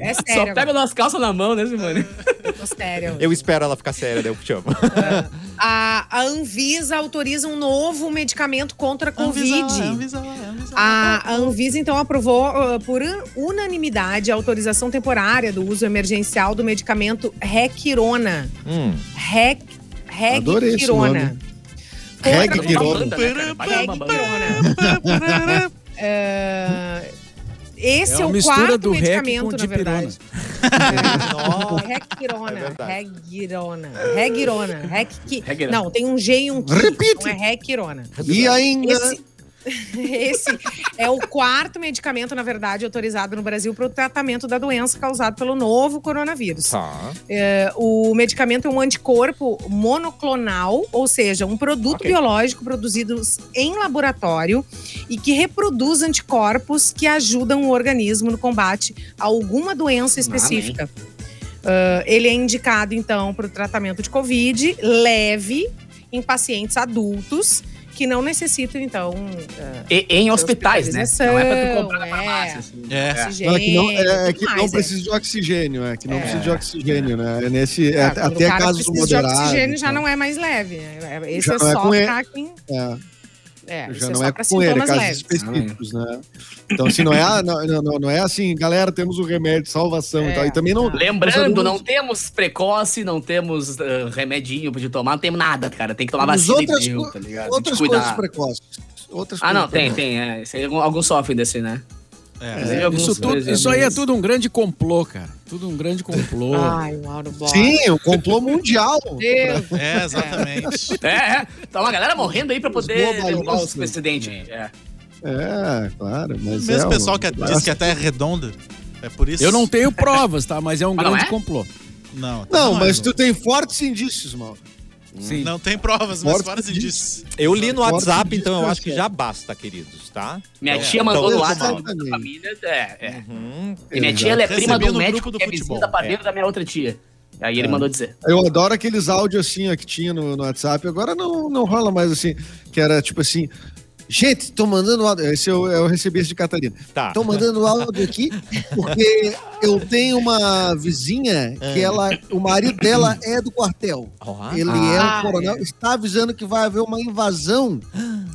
B: É sério.
C: Só pega nossas calças na mão, né, Simone?
B: é sério.
H: Eu espero ela ficar séria, daí eu te chamo.
B: A, a Anvisa autoriza um novo medicamento contra a Covid.
F: Anvisa, Anvisa.
E: Ah,
B: A a Anvisa, então, aprovou ah, por un- unanimidade a autorização temporária do uso emergencial do medicamento Requirona.
H: Hum,
B: Rec,
D: Adorei esse
B: Requirona.
D: nome.
B: Contra-
D: Requirona.
C: Banda, né, cara? Vai dar uma banda.
B: Requirona. É, Esse
E: É
B: é,
E: uma
B: o
E: mistura
B: quarto
E: do rec
B: medicamento,
E: com
B: na verdade.
H: Nossa. É
B: Requirona,
H: verdade.
B: Requirona, Requirona, Requi...
C: Requirona.
B: Não, tem um G e um Q,
D: Repite.
B: então é Requirona.
D: E ainda.
B: Esse, esse é o quarto medicamento, na verdade, autorizado no Brasil para o tratamento da doença causada pelo novo coronavírus.
H: tá.
B: É, o medicamento é um anticorpo monoclonal, ou seja, um produto
H: Ok.
B: biológico produzido em laboratório e que reproduz anticorpos que ajudam o organismo no combate a alguma doença específica. Ah, ele é indicado, então, para o tratamento de Covid leve em pacientes adultos que não necessitam, então,
C: E- em hospitais, né? Não é pra tu comprar na
B: Hospitalização,
C: farmácia.
B: é.
C: assim.
F: É.
B: oxigênio.
D: Não, é que não, é, é que
B: tudo
D: não
B: mais, é.
D: precisa de oxigênio, é que não
B: É.
D: precisa de oxigênio, né? É nesse, é,
B: É, quando
D: até
B: o cara
D: casos
B: precisa
D: moderados.
B: de oxigênio
D: tá?
B: já não é mais leve. né? É- Esse
D: Já
B: é
D: não é
B: só
D: com E.
B: pra quem.
D: É,
B: É, esse
D: já
B: é
D: não
B: só
D: é
B: pra
D: com ele, é
B: sintomas
D: casos
B: leves.
D: específicos, né? Então, assim, não é, a- não, não- não- não é assim, galera, temos o remédio, salvação e
B: É,
D: tal. E também não.
C: Lembrando,
D: os
C: não temos precoce, não temos ah, remedinho pra te tomar, não temos nada, cara. Tem que tomar
D: As
C: vacina
D: outras
C: e deu,
D: co-
C: tá ligado? Tem que
D: Outras coisas
C: cuidar.
D: precoces. Outras
C: Ah, não,
D: coisas
C: tem,
D: precoces.
C: tem. É. Isso aí, algum- alguns sofrem desse, né?
F: É.
C: Inclusive, alguns
E: Isso, tudo-
C: dois,
E: isso aí é
C: alguns-
E: tudo um grande complô, cara. Tudo um grande complô.
B: Ai, o Mauro Borba.
D: Sim, o complô mundial.
B: Deus.
F: É, exatamente.
C: É, é. Tá uma galera morrendo aí pra poder
D: globalistas.
C: derrubar os presidentes. É.
D: É, claro. Mas
F: Mesmo
D: é,
F: o pessoal
D: um-
F: que diz que a Terra é redonda. É por isso.
E: Eu não tenho provas, tá? Mas é um
C: Ah, não
E: grande
C: é?
E: complô.
F: Não, a Terra
D: Não,
F: é
D: mas tu
F: redonda.
D: tem fortes indícios, mal.
E: Sim.
F: Não tem provas, mas
D: Fortes
F: fora indícios.
H: Eu li no
D: Forte
H: WhatsApp,
D: de
H: então eu acho que
D: distância.
H: já basta, queridos, tá?
C: Minha
H: Então,
C: tia mandou
H: então,
C: no
H: tomara.
C: WhatsApp da
D: exatamente.
C: família. É, é.
H: Uhum.
C: E minha tia ela é
F: Exato.
C: prima
F: Recebi
C: do
F: no
C: médico
F: grupo do
C: que é vizinho
F: futebol.
C: da padeira da minha outra tia. Aí ele mandou dizer.
D: Eu adoro aqueles áudios assim ó, que tinha no, no WhatsApp, agora não, não rola mais assim, que era tipo assim. Gente, tô mandando áudio. Esse eu, eu recebi esse de Catarina.
A: Ah.
H: Tá.
D: Tô mandando áudio aqui porque eu tenho uma vizinha que ela, o marido dela é do quartel.
H: Ó,
D: Ele é um
B: Ah,
D: coronel. Está avisando que vai haver uma invasão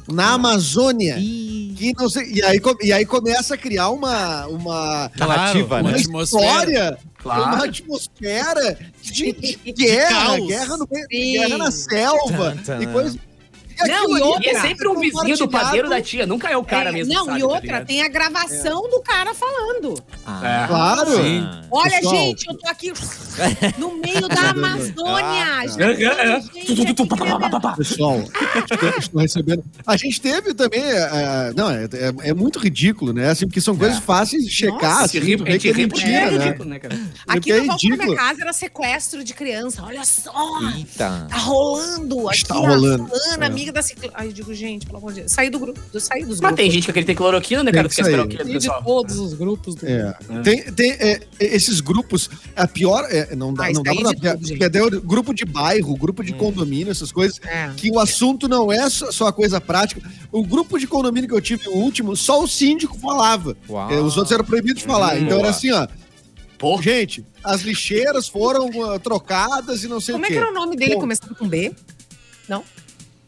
D: na Amazônia. Que não sei- e, aí, co- e aí começa a criar uma, uma,
H: Narrativa,
E: Uma
H: né?
E: atmosfera.
D: história, uma
C: Claro.
D: atmosfera de, de guerra, né?
F: caos.
D: guerra, no meio,
B: Sim.
D: guerra na selva
H: Tan, tan.
D: e coisa. E aquilo
B: Não, e
D: ali,
C: E é
B: outra,
C: sempre um vizinho do padeiro da tia, nunca é o cara
B: É,
C: mesmo.
B: Não,
C: sabe,
B: e
C: tá
B: outra,
C: ligado?
B: tem a gravação do cara falando.
H: Ah,
D: É. Claro.
E: Sim.
B: Olha,
D: Pessoal.
B: gente, eu tô aqui no meio da
D: Ah, tá.
B: Amazônia. gente,
C: É, é.
B: gente,
C: Tu, tu, tu,
B: aqui
C: pá, pá, pá,
B: tremendo.
C: pá, pá.
D: Pessoal, estou recebendo. A gente teve também. é, não, é, é- é muito ridículo, né? Assim, porque são coisas fáceis de checar.
C: A
D: assim,
C: gente ri-
D: tu
C: a
D: vê
C: gente
D: que é
C: ri porque é
D: mentira, né?
C: ridículo, né, cara?
B: Aqui
D: é
B: no balcão da
D: ridículo.
B: minha casa era sequestro de criança. Olha só!
H: Eita.
B: Tá rolando aqui
D: Está
B: a
D: rolando.
B: fulana,
D: É.
B: amiga da ciclo... Ai, eu digo, gente, pelo amor de Deus. Saí do grupo, eu saí dos
C: Mas
B: grupos.
C: tem gente que acredita em cloroquina, né, cara? Tu
D: Tem
C: quer
D: isso
C: esperar
D: aí.
C: o quê,
I: E de
C: pessoal?
I: todos os grupos do
D: É. Tem, tem, é, esses grupos, a pior, é, não dá,
B: Ah,
D: não
B: isso
D: dá
B: aí
D: pra.
B: de
D: Porque,
B: tudo, gente.
D: porque daí é o grupo de bairro, grupo de condomínio, essas coisas,
B: É.
D: que o assunto não é só, só a coisa prática. O grupo de condomínio que eu tive, o último, só o síndico falava.
H: Uau.
D: É, Os outros eram proibidos de falar. então
H: Ah. Hum, boa.
D: era assim, ó. Gente, as lixeiras foram ah, trocadas e não sei
B: Como
D: o
B: é
D: quê.
B: que era o nome dele
D: Bom.
B: começando com B?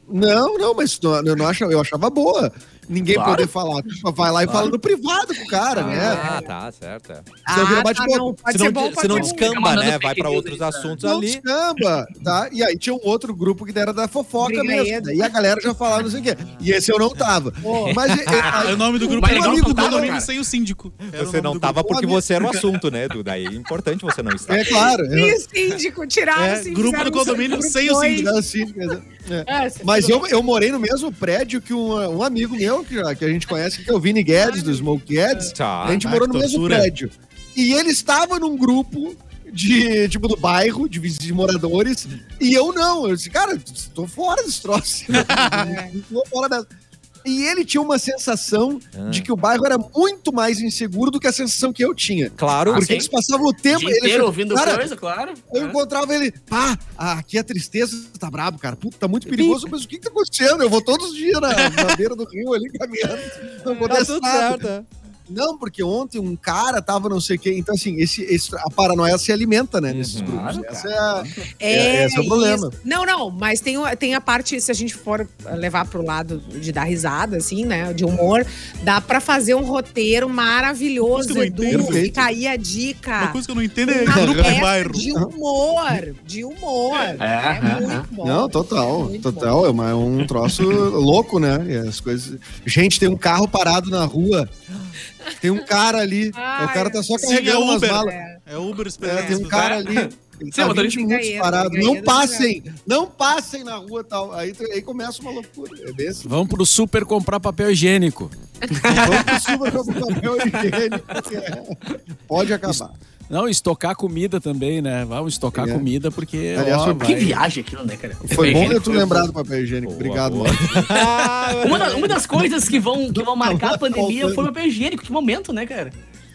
D: Não, não, mas não, eu, não achava, eu achava boa. Ninguém
C: Claro.
D: poder falar. Tu Vai lá e fala no privado com o cara, né?
H: Ah, tá, certo. é.
D: Senão vira bate-boca.
B: Ah, não. Pode
H: se
B: ser
H: não,
B: bom,
H: de-
B: pode
H: se não
B: ser ruim.
H: descamba,
C: mandando então.
H: né?
C: fake
H: Vai pra
C: news
H: outros
C: aí,
H: assuntos
D: Não
H: ali.
D: descamba, tá? E aí tinha um outro grupo que era da fofoca
B: Briga
D: mesmo. né?
B: aí.
D: E a galera já falava não sei o quê. E esse eu não tava. Mas é, é,
F: Ah,
D: aí,
F: o nome do grupo
C: Mas
F: era
C: legal
F: amigo do
C: não tava,
F: condomínio
C: cara.
F: sem o síndico.
A: É,
F: Era o
H: Você
F: nome
H: não
F: do
H: tava
D: grupo.
H: porque você era o assunto, né, Duda? É importante você não estar.
D: é claro.
B: E
D: É,
B: o síndico, um tiraram
F: É,
B: o síndico.
F: grupo do
B: fizeram um
F: condomínio
B: grupo
F: sem o
B: dois.
F: síndico.
D: é assim, quer dizer, é.
I: É, você
D: Mas
I: fica-
D: eu, eu morei no mesmo prédio que um, um amigo meu, que, já- que a gente conhece, que é o Vini Guedes, do Smoke Guedes.
H: Tá.
D: a gente
F: ah,
D: morou
F: que
D: no mesmo
F: tortura.
D: prédio. E ele estava num grupo de, tipo, do bairro, de, vizinhos- de moradores, e eu não. Eu disse, cara, tô fora desse troço.
B: né?
D: Tô fora dessa. E ele tinha uma sensação
H: Ah.
D: de que o bairro era muito mais inseguro do que a sensação que eu tinha.
H: Claro.
C: Ah,
D: Porque
C: sim.
D: eles passavam o
C: O
D: tempo.
C: dia
D: ele
C: inteiro ouvindo
D: cara,
C: coisa, claro. É.
D: eu encontrava ele, pá, aqui a tristeza tá brabo, cara. Puta, tá muito perigoso, mas o que que tá acontecendo? Eu vou todos os dias na, na beira do rio ali caminhando. Não
H: Tá
D: acontece
H: tudo
D: nada.
H: certo. é.
D: Não, porque ontem um cara tava não sei o quê. Então, assim, esse, esse- a paranoia se alimenta, né? Nesses
H: Uhum.
D: grupos.
C: Claro,
D: Essa é a-
B: É,
D: Esse é o problema.
B: isso. Não, não, mas tem, o- tem a parte, se a gente for levar pro lado de dar risada, assim, né, de humor, dá pra fazer um roteiro
F: Isso
B: maravilhoso,
F: que eu
B: Edu,
F: não entendo.
B: fica aí a
F: Uma
B: dica.
F: coisa que eu não entendo é
B: Uma
F: grupo de
B: peça
F: bairro.
B: Tá de humor, de humor. É, muito bom.
D: Não, total.
B: Muito
D: Total. É uma- um troço louco, né? E as coisas. Gente, tem um carro parado na rua. Tem um cara ali.
B: Ai,
D: o cara tá só
F: sim,
D: carregando
F: é
D: umas
F: Uber.
D: malas.
B: É.
F: É Uber
D: É,
F: esperando.
D: tem um cara ali. Ele
C: Sim,
D: tá
C: mas
D: 20
B: fica
D: minutos
B: aí,
D: parado.
B: fica aí,
D: Não
B: fica aí.
D: passem! Não passem na rua tal. Aí, aí começa uma loucura. É desse.
E: Vão pro super comprar papel higiênico.
D: Vamos pro Silva com papel higiênico. porque é- Pode acabar.
E: Não, estocar comida também, né? Vamos estocar
D: É.
E: comida porque.
D: Aliás,
E: ó,
D: foi-
E: vai-
C: Que viagem aquilo, né, cara?
D: Foi bom eu tu
H: Foi
D: lembrar do papel higiênico.
H: Boa,
D: Obrigado,
H: boa.
D: mano.
C: Uma, da- uma das coisas que vão, que vão marcar a
H: é
C: pandemia foi o papel higiênico. Que momento, né, cara?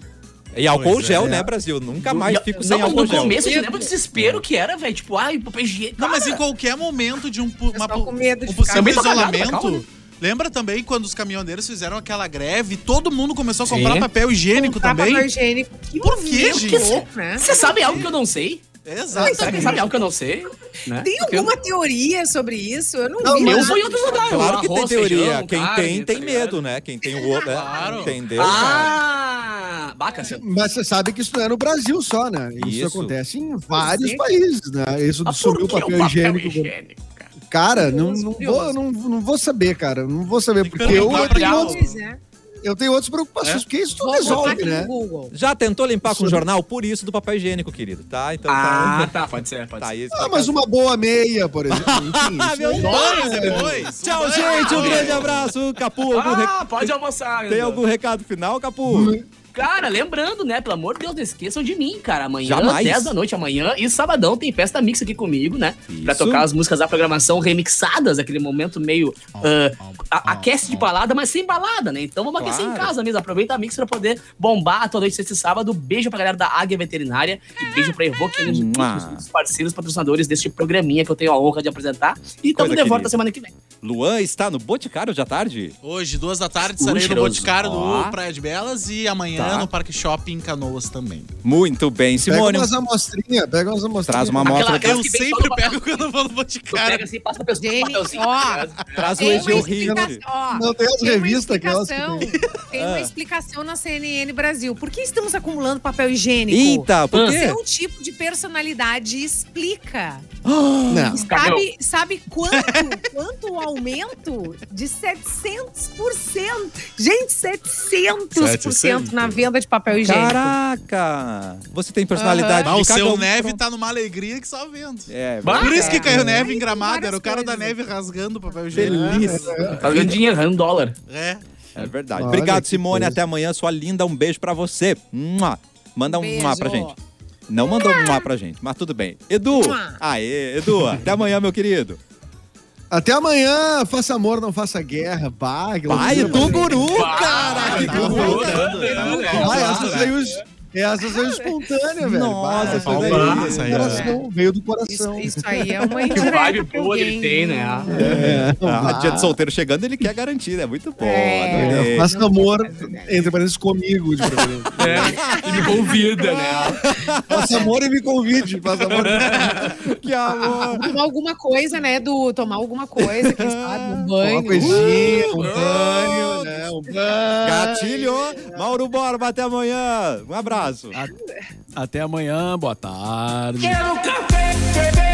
H: E álcool
F: Pois é.
H: gel, né, Brasil? Nunca mais
C: E-
H: fico
C: não,
H: sem
C: mas
H: álcool
C: no
H: gel.
C: começo, eu lembro o desespero que era, velho. Tipo, ai, papel higiênico.
F: Não, mas em
C: Cara,
F: qualquer momento de um, pu- uma,
B: Pessoal
F: pu-
B: com medo de
F: um
B: ficar-
F: possível
C: Também tá cagado,
F: isolamento.
C: tá calmo.
F: Lembra também quando os caminhoneiros fizeram aquela greve, todo mundo começou a comprar papel higiênico
B: Comprar
F: também?
B: papel higiênico. Que
F: Por quê,
B: movimento
F: gente?
B: louco, né?
C: Você sabe algo que eu não sei?
F: Exato.
C: Você sabe algo que eu não sei? né?
B: Tem
C: Porque eu-
B: alguma teoria sobre isso? Eu não,
D: Não,
B: vi.
C: Eu
B: nada.
C: vou em outros lugares.
H: Claro que tem
C: arroz,
H: teoria.
C: feijão,
H: Quem
C: carne,
H: tem, tem
C: tá ligado?
H: medo, né? Quem tem o outro, né?
F: Claro.
H: Entendeu? cara?
C: Ah! Baca, assim.
D: Mas você sabe que isso não é no Brasil só, né? Isso,
H: Isso.
D: acontece em vários países, né? Isso do sumiu o papel higiênico.
C: cara?
D: Cara, não, não,
B: Curioso.
D: vou, não, não vou saber, cara. Não vou saber,
F: Tem que
D: porque eu,
F: perguntar
D: eu,
F: pra
D: tenho
C: ela.
D: outros,
B: Pois é.
D: eu tenho outras preocupações, porque isso não
B: Vou botar
D: resolve,
B: aqui
D: né?
B: no Google.
H: Já tentou limpar com
D: Isso.
H: jornal? Por isso do papel higiênico, querido. Tá? Então
C: Ah,
H: tá.
C: tá, pode ser, pode
H: Tá
C: ser.
H: isso.
D: Ah, mas uma boa meia, por exemplo. Enfim, isso
H: Meu
D: não-
F: Banho depois.
H: Tchau, gente. Um grande abraço. Capu, algum re-
C: Ah, pode almoçar. meu
H: tem
C: Deus.
H: algum recado final, Capu?
C: Cara, lembrando, né? Pelo amor de Deus, não esqueçam de mim, cara. Amanhã,
H: Jamais.
C: 10 da noite, amanhã. E sabadão tem festa mix aqui comigo, né? Pra
H: Isso.
C: tocar as músicas da programação remixadas, aquele momento meio. ah, a- aquece de balada, mas sem balada, né? Então vamos aquecer em
H: Claro.
C: casa mesmo. Aproveita a mix pra poder bombar toda noite, sexta e sábado. Beijo pra galera da Águia Veterinária e beijo pra Evoque, né,
H: Mua.
C: os parceiros patrocinadores deste programinha que eu tenho a honra de apresentar. E tamo
H: Coisa
C: de volta
H: querida.
C: semana que vem.
H: Luan está no Boticário hoje à tarde?
F: Hoje, duas da tarde, estarei no
C: cheiroso.
F: Boticário
H: Ó.
F: do Praia de Belas e amanhã
H: Tá.
F: no Parque Shopping em Canoas também.
H: Muito bem,
D: Pega
H: Simone.
D: umas amostrinhas, pega umas amostrinhas.
H: Traz uma amostra.
C: Aquela
F: Eu
C: que vem
F: sempre
C: só no
F: pego quando eu vou no
C: Tu
F: Boticário.
C: pega assim, passa pra pessoa com um
B: Jenny,
C: papelzinho,
B: ó.
C: tá ligado?
H: Traz o
B: Tem uma
H: Egeu Rio.
B: explicação. ó,
D: Não tem as
B: tem uma
D: revistas aquelas que é
B: explicação- Tem uma
H: Ah.
B: explicação na CNN Brasil. Por que estamos acumulando papel higiênico?
H: Eita,
C: Ah.
H: por quê?
B: Seu tipo de personalidade explica.
H: Ah,
D: Não.
B: Sabe, sabe quanto, quanto o aumento? De 700%. Gente, 700%, na venda de papel higiênico.
H: Caraca! Você tem personalidade
F: Ah,
H: de
F: o
H: cada
F: seu
H: um.
F: Neve tá numa alegria que só vendo.
H: É,
C: Bah,
F: Por isso que caiu neve em
B: Ai,
F: gramado, era
B: várias
F: o cara da
B: coisas.
F: neve rasgando o papel higiênico.
H: feliz.
C: Tá ganhando dinheiro, ganhando dólar.
F: É.
H: É verdade.
D: Olha
H: Obrigado,
D: que
H: Simone.
D: coisa.
H: Até amanhã, sua linda. Um beijo pra você. Mua. Manda um mua pra gente.
A: Não mandou um mar pra gente, mas tudo bem. Edu! Aê, Edu, até amanhã, meu querido.
D: Até amanhã, faça amor, não faça guerra. Vai,
A: Ai,
D: né?
A: Edu um Guru, cara! Que
F: Tá
A: guru!
F: voltando, tá voltando.
D: Vai, essa saiu, es- essa saiu espontânea, velho.
A: Nossa,
D: Bah,
A: foi
D: veio
F: bem.
D: do
F: Essa aí,
D: coração, veio do
B: Isso,
D: coração.
B: isso aí é uma
C: Que
B: indireta
C: vibe
B: pra
C: boa ele
B: alguém,
C: tem, né?
D: É, não
A: Ah,
D: vai.
A: dia de solteiro chegando, ele quer garantir, né? Muito bom.
B: É.
A: adorei.
D: É, Faça amor, entre parênteses, comigo, de preferência.
C: É, e me convida, né?
D: Faça amor e me convide. Faça amor.
A: Que amor!
B: Tomar alguma coisa, né? Do tomar alguma coisa, quem sabe, um
D: Uma
B: banho.
D: coisinha, um banho, né? Um banho.
A: Gatilho! Mauro Borba, até amanhã! Um abraço!
E: Até amanhã, boa tarde.
G: Quero café, bebê.